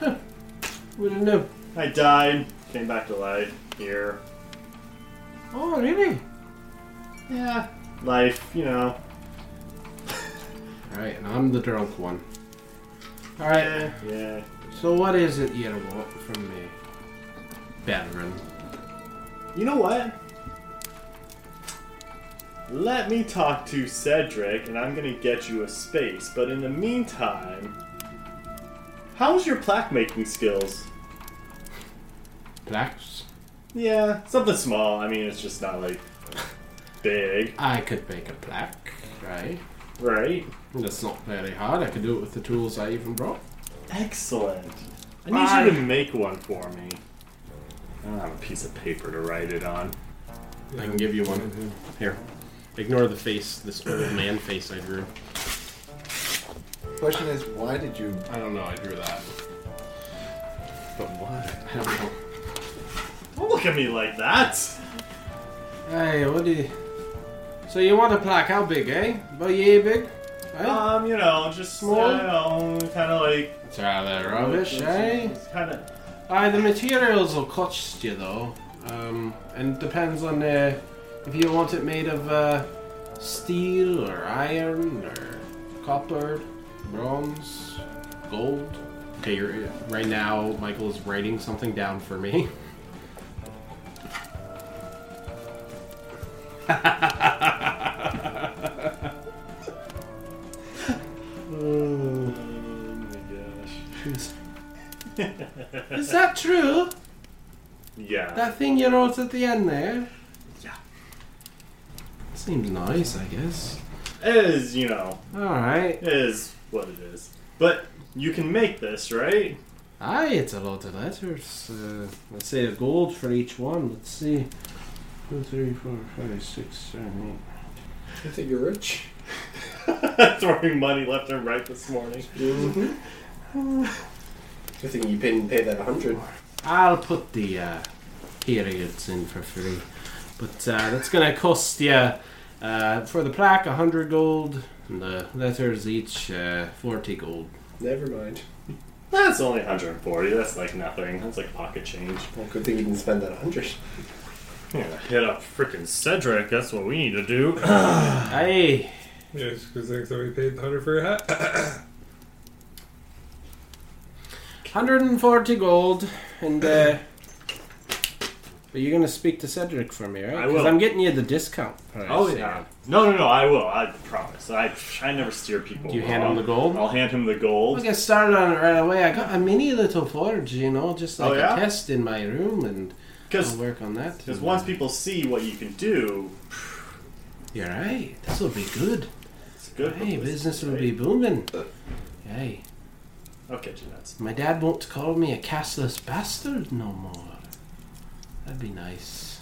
B: wouldn't know.
D: I died, came back to life, here.
B: Oh, really?
D: Yeah. Life, you know.
B: Alright, and I'm the drunk one. Alright,
D: Yeah, yeah.
B: so what is it you want from me? Veteran.
D: You know what? Let me talk to Cedric, and I'm gonna get you a space. But in the meantime, how's your plaque making skills?
B: Plaques?
D: Yeah, something small. I mean, it's just not like big,
B: I could make a plaque, right?
D: right?
B: That's not very hard. I could do it with the tools I even brought.
D: Excellent. I need you to make one for me. I don't have a piece of paper to write it on.
B: I can give you one. Mm-hmm. Here. Ignore the face, this old man face I drew.
K: Question is, why did you?
B: I don't know, I drew that.
K: But why?
B: I don't know.
D: Don't look at me like that.
B: Hey, what do you. So you want a plaque? How big, eh? About yay big?
D: Um, you know, just
B: Small?
D: I don't know, kind of like
B: It's rather rubbish, eh?
D: It's kind of
B: Aye, the materials will cost you though, um, and depends on uh, if you want it made of uh, steel or iron or copper, bronze, gold. Okay, you're, right now Michael is writing something down for me. Is that true?
D: yeah.
B: That thing you wrote at the end there?
D: Yeah.
B: Seems nice, I guess.
D: It is, you know,
B: Alright.
D: it is what it is. But you can make this, right?
B: Aye, it's a lot of letters. Uh, let's say a gold for each one. Let's see. Two, three, four, five, six, seven, eight.
U: I think you're rich.
D: Throwing money left and right this morning.
U: I think you didn't pay that 100.
B: I'll put the uh, periods in for free. But uh, that's going to cost you, uh, for the plaque, 100 gold, and the letters each uh, 40 gold.
U: Never mind.
D: That's only 140. That's like nothing. That's like pocket change.
U: Well, good thing you didn't spend that 100.
D: I'm gonna hit up freaking Cedric. That's what we need to do.
B: Aye.
G: Yes, because like somebody paid the hundred for your hat.
B: 140 gold, and uh, but you're gonna speak to Cedric for me, right?
D: I
B: 'Cause
D: will. Oh,
B: I'm getting you the discount. price.
D: No, no, no. I will. I promise. I I never steer people.
B: Do you
D: wrong.
B: hand him the gold?
D: I'll hand him the
B: I was
D: gold.
B: gonna start on it right away. I got a mini little forge, you know, just like
D: Oh, yeah?
B: a test in my room, and
D: Because
B: I'll work on that.
D: because once people see what you can do,
B: you're right, this will be good.
D: it's good.
B: Hey,
D: publicity,
B: business will
D: right?
B: be booming. Hey,
D: Okay, Jeanette.
B: my dad won't call me a castless bastard no more. That'd be nice.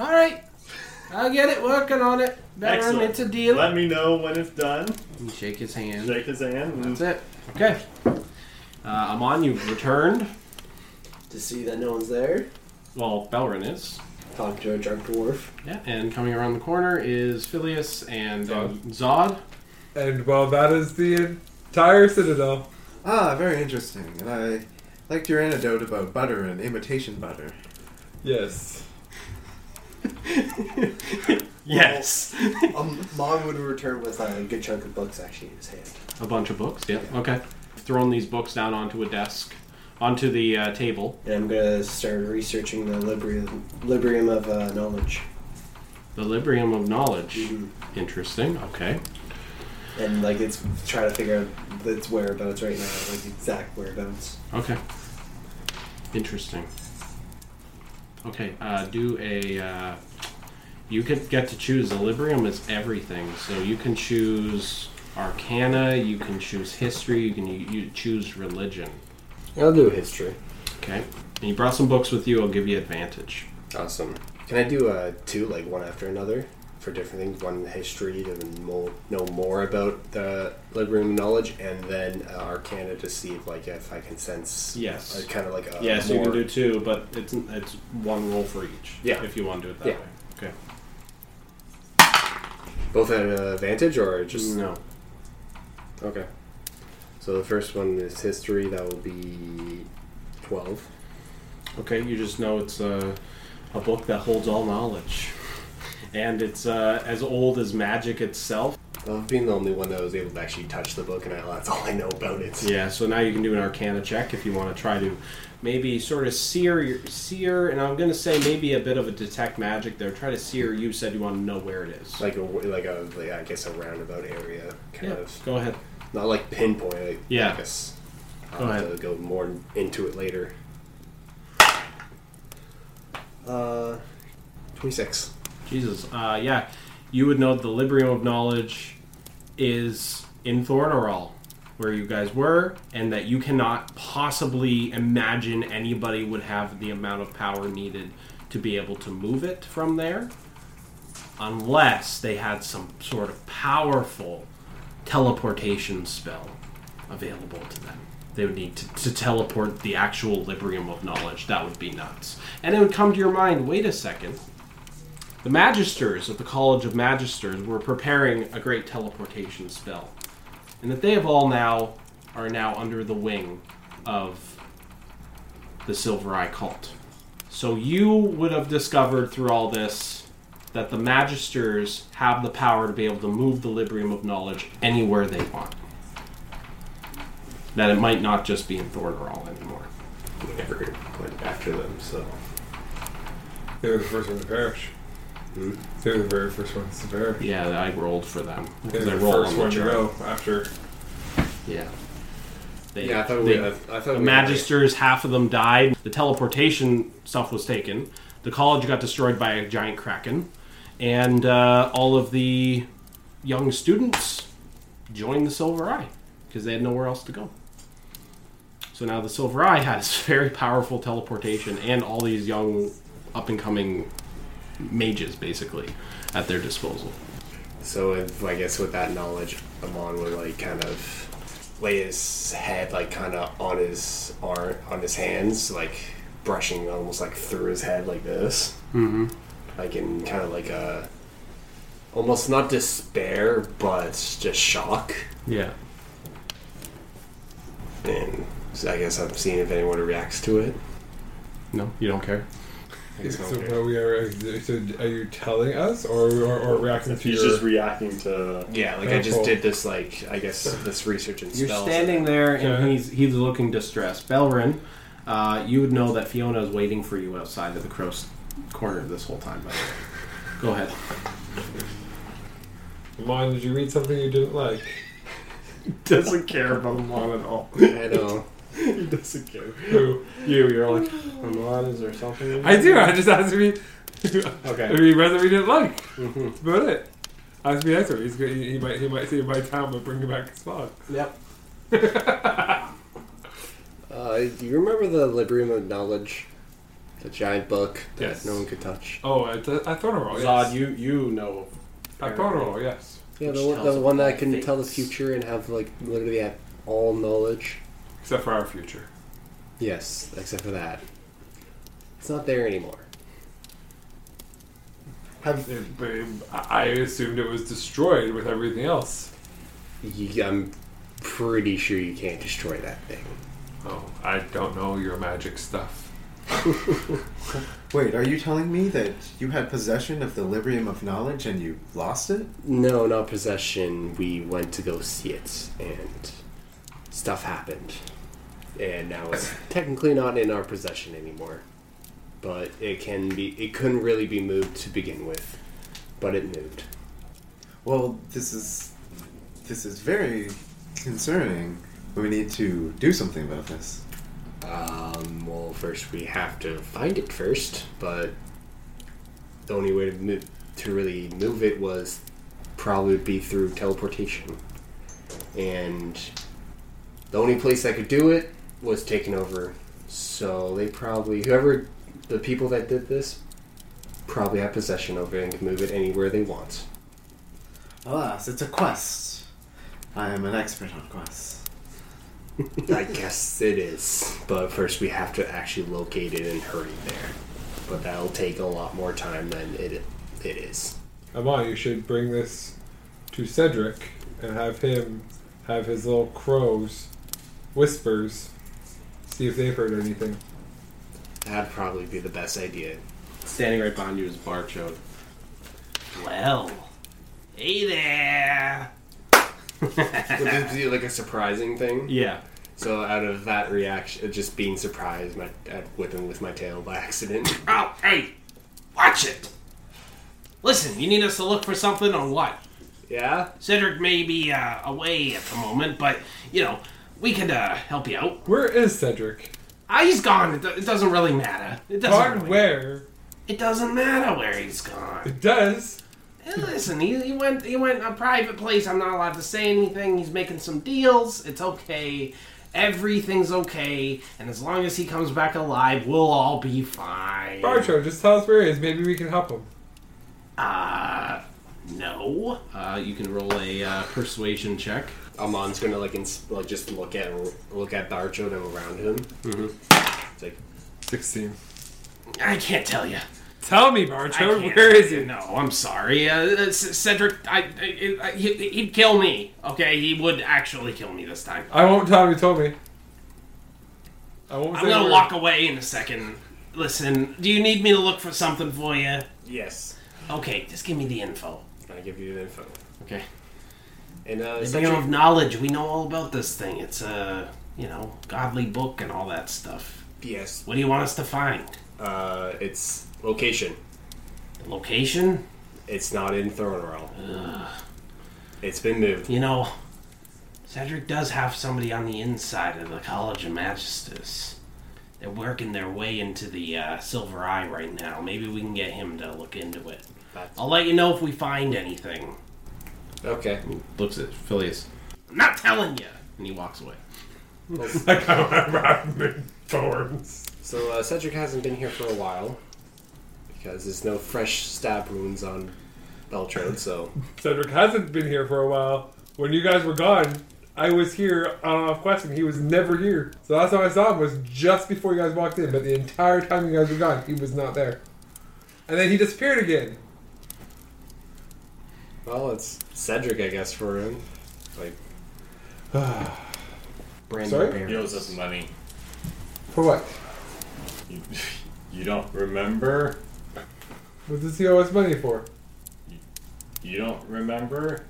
B: All right, I'll get it working on it. Baron,
D: Excellent.
B: it's a deal.
D: Let me know when it's done.
B: And shake his hand.
D: Shake his hand.
B: That's
D: And
B: it. Okay. Uh, Amon, you've returned.
U: To see that no one's there,
B: Well, Belrin is.
U: talk to a drunk dwarf.
B: Yeah. And coming around the corner is Phileas and uh,
G: Zod.
B: Zod.
G: And well, that is the entire citadel.
K: Ah, very interesting. And I liked your anecdote about butter and imitation butter.
G: Yes.
B: Yes.
U: Um, Mog would return with a good chunk of books actually in his hand.
B: A bunch of books. Yeah. Okay. Thrown these books down onto a desk, onto the uh, table.
U: And I'm gonna start researching the Librium, Librium of uh, Knowledge.
B: The Librium of Knowledge.
U: Mhm.
B: Interesting. Okay.
U: And like it's try to figure out its whereabouts right now, like exact whereabouts.
B: Okay. Interesting. Okay, uh, do a. Uh, you could get to choose. Equilibrium is everything, so you can choose Arcana. You can choose history. You can you, you choose religion.
E: I'll do history.
B: Okay, and you brought some books with you. I'll give you advantage.
E: Awesome. Can I do uh, two, like one after another, for different things? One history to mo- know more about the Librium knowledge, and then uh, Arcana to see if, like, if I can sense.
B: Yes.
E: Like, kind of like a.
B: yeah, so you can
E: more-
B: do two, but it's it's one roll for each.
E: Yeah.
B: if you want to do it that
E: Yeah.
B: way. Okay.
E: Both at an advantage, or just.
B: No.
E: Okay. So the first one is history. That will be twelve.
B: Okay, you just know it's a, a book that holds all knowledge. And it's uh, as old as magic itself.
E: Of being the only one that was able to actually touch the book, and I, that's all I know about it.
B: Yeah, so now you can do an arcana check if you want to try to maybe sort of sear, your, sear, and I'm going to say maybe a bit of a detect magic there. Try to sear, you said you want to know where it is.
E: Like a like a like, I guess a roundabout area kind
B: yeah,
E: of
B: go ahead.
E: not like pinpoint. Like,
B: Yeah.
E: I guess I'll
B: Go
E: have
B: ahead.
E: to go more into it later. Uh, twenty six.
B: Jesus. Uh, yeah, you would know the Librium of Knowledge is in Thornarol, where you guys were, and that you cannot possibly imagine anybody would have the amount of power needed to be able to move it from there, unless they had some sort of powerful teleportation spell available to them. They would need to, to teleport the actual Librium of Knowledge. That would be nuts. And it would come to your mind wait a second The magisters of the College of Magisters were preparing a great teleportation spell, and that they have all now are now under the wing of the Silver Eye cult. So you would have discovered through all this that the magisters have the power to be able to move the librium of knowledge anywhere they want. That it might not just be in Thornderall anymore.
E: We never went after them, so.
G: They were the first one to perish.
E: Hmm.
G: They were the very first ones to perish.
B: Yeah, I rolled for them.
G: They were
B: They
G: the
B: roll
G: first
B: on the
G: one to
B: chart.
G: go after.
B: Yeah. They,
E: Yeah, I thought we-
B: they,
E: I- I thought we
B: the
E: were-
B: magisters, half of them died. The teleportation stuff was taken. The college got destroyed by a giant kraken, and uh, all of the young students joined the Silver Eye because they had nowhere else to go. So now the Silver Eye has very powerful teleportation and all these young, up and coming mages basically at their disposal.
E: So if, I guess with that knowledge, Amon would like kind of lay his head like kind of on his arm, on his hands, like brushing almost like through his head like this,
B: Mm-hmm.
E: like in kind of like a almost not despair but just shock.
B: Yeah.
E: And so I guess I'm seeing if anyone reacts to it.
B: No, you don't care.
E: I guess
G: So,
E: no.
G: what we are, so are you telling us or, or, or reacting to
D: He's
G: your.
D: just reacting to.
E: Yeah, like I just did this like I guess this research and
B: You're
E: spells.
B: standing there, and
G: Okay.
B: he's he's looking distressed. Belrin, uh, you would know that Fiona is waiting for you outside of the crow's corner this whole time. By the way, go ahead.
G: Mon, did you read something you didn't like?
B: Doesn't care about Amon at all.
E: I know.
B: He doesn't care.
G: Who?
B: You, you're like Amon. Is there something? in
G: I
B: there?"
G: do. I just asked me.
B: Okay.
G: If he read that we didn't like.
B: Mhm.
G: That's about it. Ask me next week. He's good. He, he might. He might see my town, but bring him back his log.
E: Yep. uh, do you remember the Librium of Knowledge? The giant book that
G: Yes.
E: no one could touch.
G: Oh, I, th- I thought it wrong.
B: Zod,
G: Yes.
B: you you know.
G: I thought it wrong. Yes.
E: Yeah,
B: Which
E: the one,
B: tells
E: the one that
B: about
E: can tell the
B: fates.
E: future and have like literally have all knowledge.
G: Except for our future.
E: Yes, except for that. It's not there anymore.
G: Have it, but it- I I assumed it was destroyed with everything else.
E: You, I'm pretty sure you can't destroy that thing.
G: Oh, I don't know your magic stuff.
K: Wait, are you telling me that you had possession of the Librium of Knowledge and you lost it?
E: No, not possession. We went to go see it, and stuff happened. And now it's technically not in our possession anymore. But it can be. It couldn't really be moved to begin with, but it moved.
K: Well, this is this is very concerning. We need to do something about this.
E: Um, well, first we have to find it first, but the only way to move, to really move it was probably be through teleportation. And the only place that could do it was taken over. So they probably whoever the people that did this probably have possession of it and can move it anywhere they want.
K: Alas, it's a quest. I am an expert on quests.
E: I guess it is. But first we have to actually locate it and hurry there. But that'll take a lot more time than it it is.
G: Amon, you should bring this to Cedric and have him have his little crows whispers. See if they've heard anything.
E: That'd probably be the best idea.
B: Standing right behind you is Barchode. Well, hey there.
E: Would this be like a surprising thing?
B: Yeah.
E: So out of that reaction, of just being surprised my, at whipping with my tail by accident.
B: Oh, hey, watch it. Listen, you need us to look for something or what?
E: Yeah?
B: Cedric may be uh, away at the moment, but you know we could uh, help you out.
G: Where is Cedric?
B: Ah, he's gone. It, do- it doesn't really matter. It doesn't.
G: Gone
B: Really,
G: where?
B: It doesn't matter where he's gone.
G: It does.
B: Eh, Listen, he, he went. He went a private place. I'm not allowed to say anything. He's making some deals. It's okay. Everything's okay, and as long as he comes back alive, we'll all be fine.
G: Barcho, just tell us where he is. Maybe we can help him.
B: Uh, no. Uh, you can roll a uh, persuasion check.
E: Amon's gonna like, ins- like just look at look at the archer and around him. Mm-hmm. It's like,
G: Sixteen.
B: I can't tell you.
G: Tell me, Barcho,
B: I can't.
G: where is he?
B: No, I'm sorry, uh, uh, C- Cedric. I, I, I he, he'd kill me. Okay, he would actually kill me this time.
G: I won't tell him you told me. I won't
B: I'm
G: say a
B: gonna
G: word.
B: walk away in a second. Listen, do you need me to look for something for you?
E: Yes.
B: Okay, just give me the info.
E: I give you the info.
B: Okay.
E: And uh,
B: The
E: Cedric-
B: Bureau of Knowledge. We know all about this thing. It's a you know godly book and all that stuff.
E: yes.
B: What do you want us to find?
E: Uh, it's location.
B: Location?
E: It's not in Thornwell. It's been moved.
B: You know, Cedric does have somebody on the inside of the College of Magistrates. They're working their way into the uh, Silver Eye right now. Maybe we can get him to look into it.
E: That's-
B: I'll let you know if we find anything.
E: Okay.
B: Looks at Phileas. I'm not telling you. And he walks away.
G: Like I'm wrapping thorns.
E: So uh, Cedric hasn't been here for a while because there's no fresh stab wounds on Beltrode. So
G: Cedric hasn't been here for a while. When you guys were gone, I was here on off quest, and he was never here. So last time I saw him was just before you guys walked in. But the entire time you guys were gone, he was not there. And then he disappeared again.
E: well, it's Cedric, I guess, for him. Like
B: Brandon
G: Sorry?
D: He owes us money.
G: For what?
D: You, you don't remember?
G: What does he owe us money for?
D: You don't remember?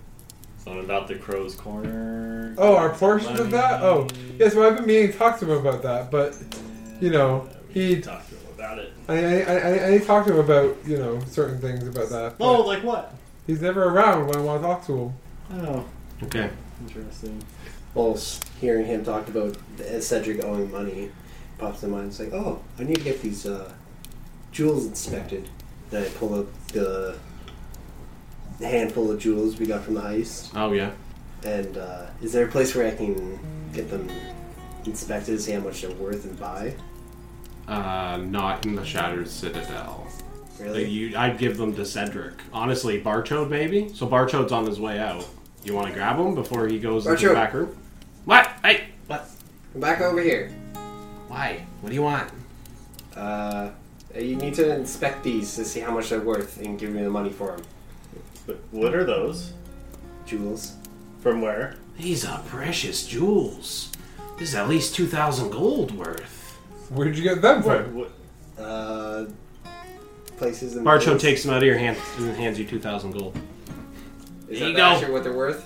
D: Something about the crow's corner.
G: Oh, our portion of that? Oh, yes. Well, I've been meaning to talk to him about that, but you know,
D: He
G: he,
D: talked to him about it.
G: I, I, I, I talked to him about you know certain things about that. but
V: Oh, like what?
G: he's never around when I want to talk to him.
V: Oh,
B: Okay.
V: interesting. Well, s- hearing him talk about the- uh, Cedric owing money pops in my mind. It's like, oh, I need to get these uh, jewels inspected. Then I pull up the the handful of jewels we got from the heist.
B: Oh, yeah.
V: And uh, is there a place where I can get them inspected, see how much they're worth, and buy?
B: Uh, not in the Shattered Citadel.
V: Really?
B: You, I'd give them to Cedric. Honestly, Barchode maybe. So Barchode's on his way out. You want to grab him before he goes into
V: Barchode.
B: the back room? What? Hey, what?
V: Come back over here.
B: Why? What do you want?
V: Uh, you need to inspect these to see how much they're worth and give me the money for them.
D: But what are those?
V: Jewels.
D: From where?
B: These are precious jewels. This is at least two thousand gold worth.
G: Where'd you get them
D: What,
G: from?
D: what-
V: Uh, places and
B: Barchode
V: things.
B: takes them out of your hand and hands you two thousand gold.
V: Is
B: There
V: that
B: you go.
V: actually what they're worth?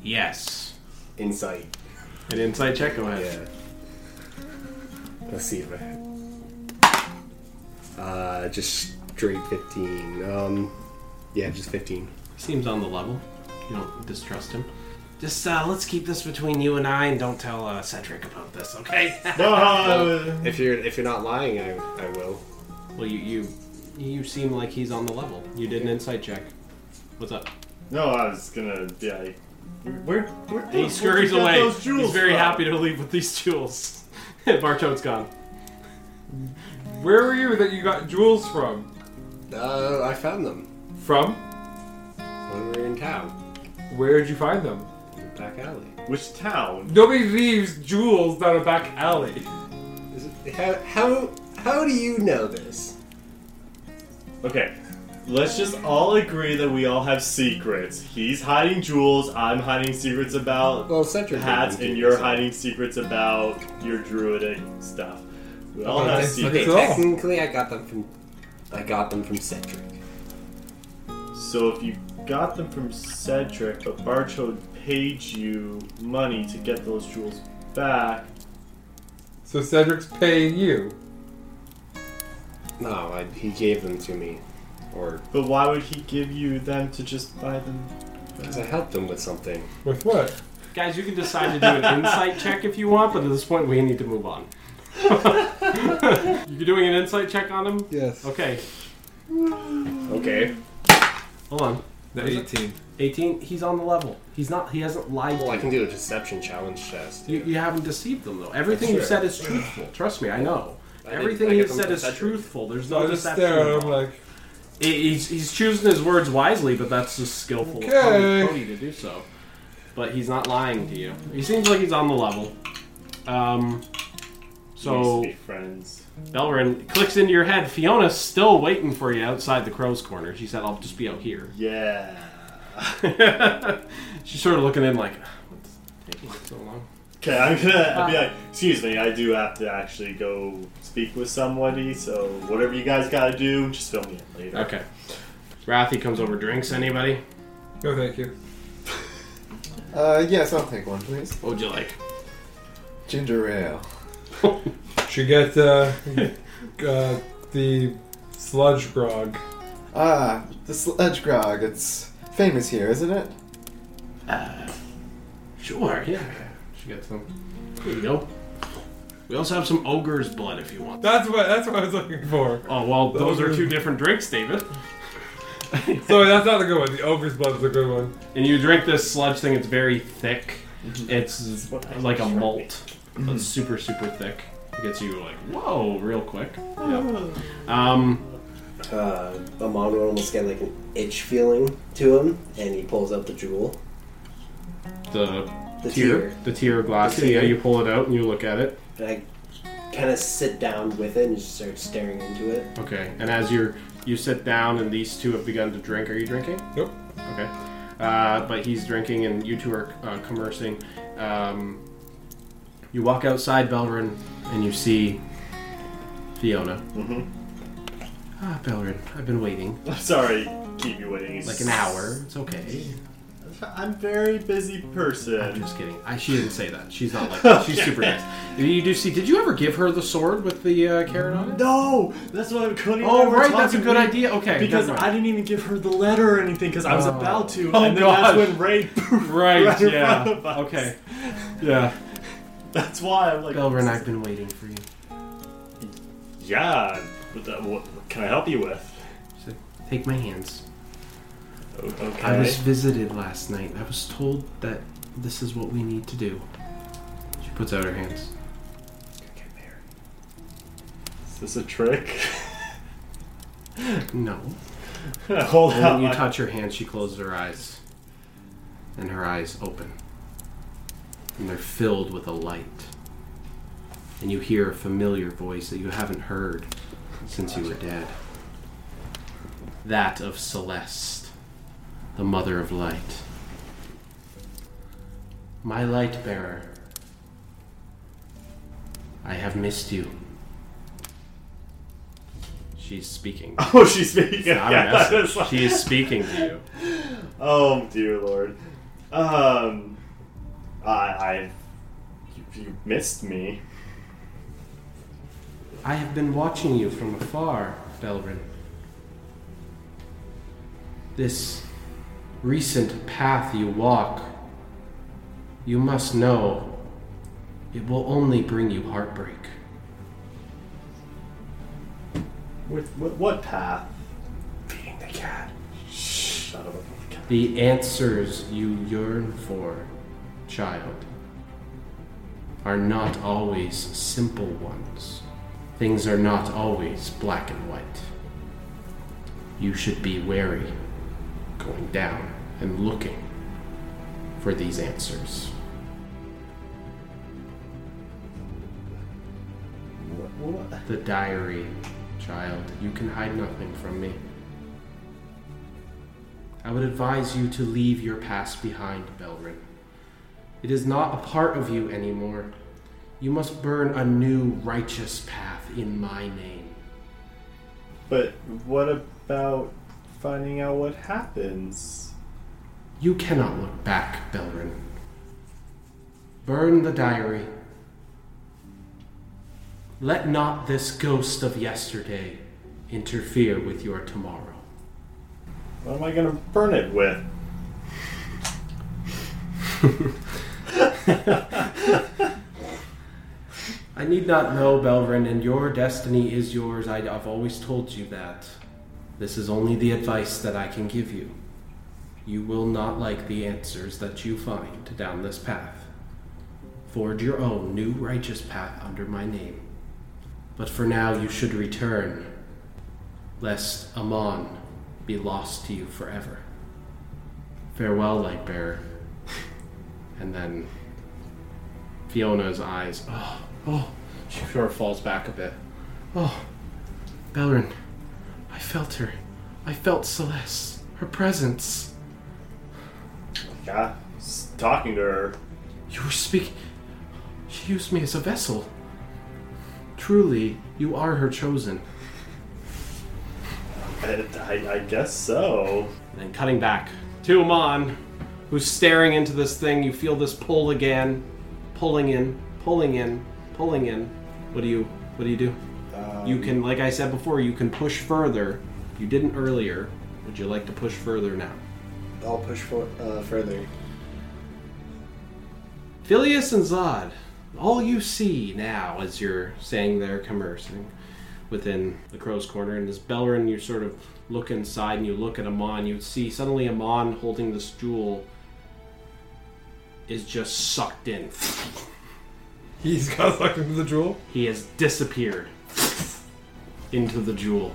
B: Yes.
V: Insight.
B: An insight check. Go ahead.
E: let's see if I Uh, just straight fifteen. Um, yeah, just fifteen.
B: Seems on the level. You don't distrust him. Just uh, let's keep this between you and I, and don't tell uh, Cedric about this, okay?
D: Ah!
E: If you're if you're not lying, I I will.
B: Well, you you you seem like he's on the level. You did an insight check. What's up?
D: no, I was gonna. Yeah. Where? where
B: He scurries
D: where'd you get
B: away.
D: those jewels
B: He's very
D: from?
B: happy to leave with these jewels. Barchode's gone.
G: Where were you that you got jewels from?
E: Uh, I found them
G: From?
E: when we were in town,
G: Where'd you find them?
E: back alley.
D: Which town?
G: Nobody leaves jewels down a back alley.
E: Is it, how how how do you know this?
D: Okay. Let's just all agree that we all have secrets. He's hiding jewels. I'm hiding secrets about
E: Well, Cedric
D: hats,
E: didn't do
D: and you're
E: this.
D: hiding secrets about your druidic stuff. We all
G: Okay,
D: have
G: that's-
D: secrets.
E: Okay,
G: Cool.
E: technically, I got them from I got them from Cedric.
D: So if you got them from Cedric, but Barcho paid you money to get those jewels back,
G: So Cedric's paying you.
E: No, I, he gave them to me, or
D: but why would he give you them to just buy them?
E: because uh, I helped him with something.
G: With what?
B: Guys, you can decide to do an insight check if you want, but at this point we need to move on. You're doing an insight check on him?
G: Yes.
B: Okay,
E: Okay.
B: hold on.
G: No, 18.
B: 18. He's on the level. He's not. He hasn't lied.
E: Well,
B: to
E: Oh, I
B: you.
E: can do a deception challenge test.
B: You, you haven't deceived them though. Everything
E: That's
B: you said is truthful. Trust me, I know.
E: I didn't-
B: Everything
E: I
B: you
E: get them
B: said
E: from
B: is
E: Cedric.
B: truthful. There's no
G: I just
B: deception.
G: stare at him
B: involved.
G: like,
B: He- He's, he's choosing his words wisely, but that's just skillful of
G: Okay.
B: Cody Cody to do so. But he's not lying to you. He seems like he's on the level. Um, So
D: Used to be friends.
B: Belrin clicks into your head. Fiona's still waiting for you outside the crow's corner. She said, "I'll just be out here." Yeah. She's sort of looking in like, "What's taking so long?"
D: Okay, I'm gonna I'll be like, excuse me, I do have to actually go speak with somebody, so whatever you guys gotta do, just fill me in later.
B: Okay. Rathy comes over, drinks. Anybody?
G: No, thank you.
K: Uh, yes, I'll take one, please.
B: What would you like?
K: Ginger ale.
G: Should get uh, uh, the sludge grog.
K: Ah, the sledge grog. It's famous here, isn't it?
B: Sure. Yeah. She got some. There you go. We also have some ogre's blood if you want.
G: That's what that's what I was looking for.
B: Oh well,
G: The
B: those are
G: ogre's-
B: two different drinks, David.
G: Sorry, that's not the good one. The ogre's blood is a good one.
B: And you drink this sludge thing. It's very thick. It's
D: what I
B: like a
D: was
B: malt. It's super super thick. It gets you like whoa real quick. Um,
E: Uh, Amon will almost get like an itch feeling to him, and he pulls out the jewel.
B: the
E: The
B: tear, the tear glass.
E: The tear.
B: Yeah, you pull it out and you look at it.
E: And I kind of sit down with it and just start staring into it.
B: Okay. And as you're you sit down and these two have begun to drink. Are you drinking?
G: Nope.
B: Okay. Uh, but he's drinking and you two are uh, conversing. Um, you walk outside, Belrin, and you see Fiona. Mm-hmm. Ah, Belrin, I've been waiting
D: I'm sorry, keep you waiting.
B: like an hour. It's okay.
D: I'm a very busy
B: I'm
D: person.
B: just kidding. I, she didn't say that. She's not like that. She's super nice. You do see? Did you ever give her the sword with the uh, carrot on it?
D: No! That's what I'm cutting
B: Oh, right. That's a good idea. Okay.
D: Because
B: never
D: I
B: mind.
D: didn't even give her the letter or anything, because I was
B: Oh.
D: about to,
B: Oh,
D: and then
B: gosh.
D: that's when Ray.
B: Right.
D: right in
B: yeah.
D: front of us.
B: Okay. Yeah.
D: That's why I'm like.
B: Belrin, I've been waiting for you.
D: Yeah. What, the, what can I help you with?
B: Take my hands.
D: O- Okay.
B: I was visited last night. I was told that this is what we need to do. She puts out her hands.
D: Is this a trick?
B: No.
D: Hold
B: And when
D: on.
B: you touch her hand, she closes her eyes. And her eyes open. And they're filled with a light. And you hear a familiar voice that you haven't heard since you were dead. That of Celeste, the Mother of Light. My light bearer, I have missed you. She's speaking.
D: Oh, she's speaking.
B: Not
D: Yeah,
B: a
D: it's
B: message.
D: like-
B: She is speaking to you.
D: Oh dear lord. Um, I, I, you, you missed me.
B: I have been watching you from afar, Belrin. This recent path you walk, you must know it will only bring you heartbreak.
D: What, what, what path? Feeding the cat. Shh. I don't know about the cat.
B: The answers you yearn for, child, are not always simple ones. Things are not always black and white. You should be wary going down and looking for these answers.
D: What, what?
B: The diary, child, you can hide nothing from me. I would advise you to leave your past behind, Belrin. It is not a part of you anymore. You must burn a new righteous path in my name.
D: But what about finding out what happens?
B: You cannot look back, Belrin. Burn the diary. Let not this ghost of yesterday interfere with your tomorrow.
D: What am I gonna burn it with?
B: I need not know, Belrin, and your destiny is yours. I, have always told you that. This is only the advice that I can give you. You will not like the answers that you find down this path. Forge your own new righteous path under my name. But for now, you should return, lest Amon be lost to you forever. Farewell, Lightbearer. And then Fiona's eyes. Oh, oh, She sort of falls back a bit. Oh, Belrin, I felt her. I felt Celeste. Her presence.
D: Yeah, he's talking to her.
B: You were speaking. She used me as a vessel. Truly, you are her chosen.
D: I, I, I guess so.
B: And then cutting back to Amon, who's staring into this thing. You feel this pull again, pulling in, pulling in, pulling in. What do you What do you do? you can, like I said before, you can push further. You didn't earlier. Would you like to push further now?
E: I'll push for, uh, further.
B: Phileas and Zod, all you see now as you're saying there conversing within the crow's corner, and as Belrin, you sort of look inside and you look at Amon, you see suddenly Amon holding this jewel is just sucked in.
G: He's got sucked into the jewel.
B: He has disappeared into the jewel.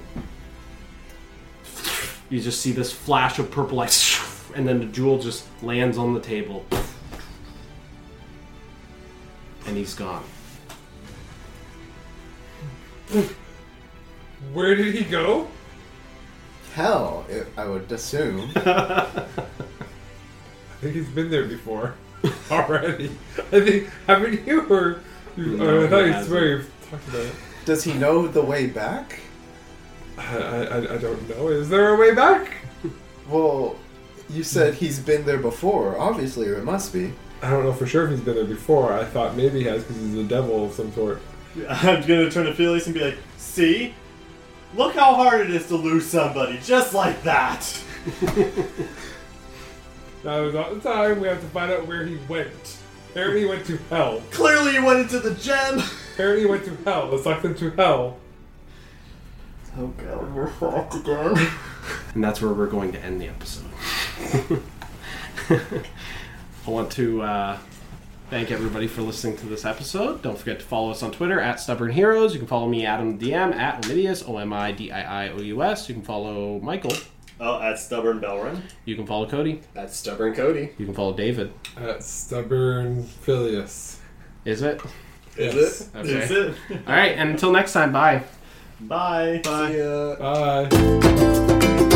B: You just see this flash of purple light, and then the jewel just lands on the table. And he's gone.
G: Where did he go?
K: Hell, it, I would assume.
G: I think he's been there before already. I think haven't you or you,
B: No,
G: I thought
B: he
G: you swear you've talked about it.
K: Does he know the way back?
G: I, I, I don't know. Is there a way back?
K: Well, you said he's been there before. Obviously, there must be.
G: I don't know for sure if he's been there before. I thought maybe he has because he's a devil of some sort.
D: I'm gonna turn to Felix and be like, see? Look how hard it is to lose somebody just like that!
G: Now is all the time we have to find out where he went. Apparently he went to hell.
D: Clearly, you went into the gem!
G: Apparently he went to hell. Let's sucked into hell.
D: Oh god, we're fucked again.
B: And that's where we're going to end the episode. I want to uh, thank everybody for listening to this episode. Don't forget to follow us on Twitter at Stubborn Heroes. You can follow me, Adam DM, at Omidius, O M I D I I O U S. You can follow Michael.
D: Oh, at Stubborn Belrin.
B: You can follow Cody.
E: That's stubborn Cody.
B: You can follow David.
G: At stubborn Phileas.
B: Is it?
E: Is it?
B: Okay.
D: That's it.
B: All right, and until next time, bye.
D: Bye.
E: Bye.
G: Bye.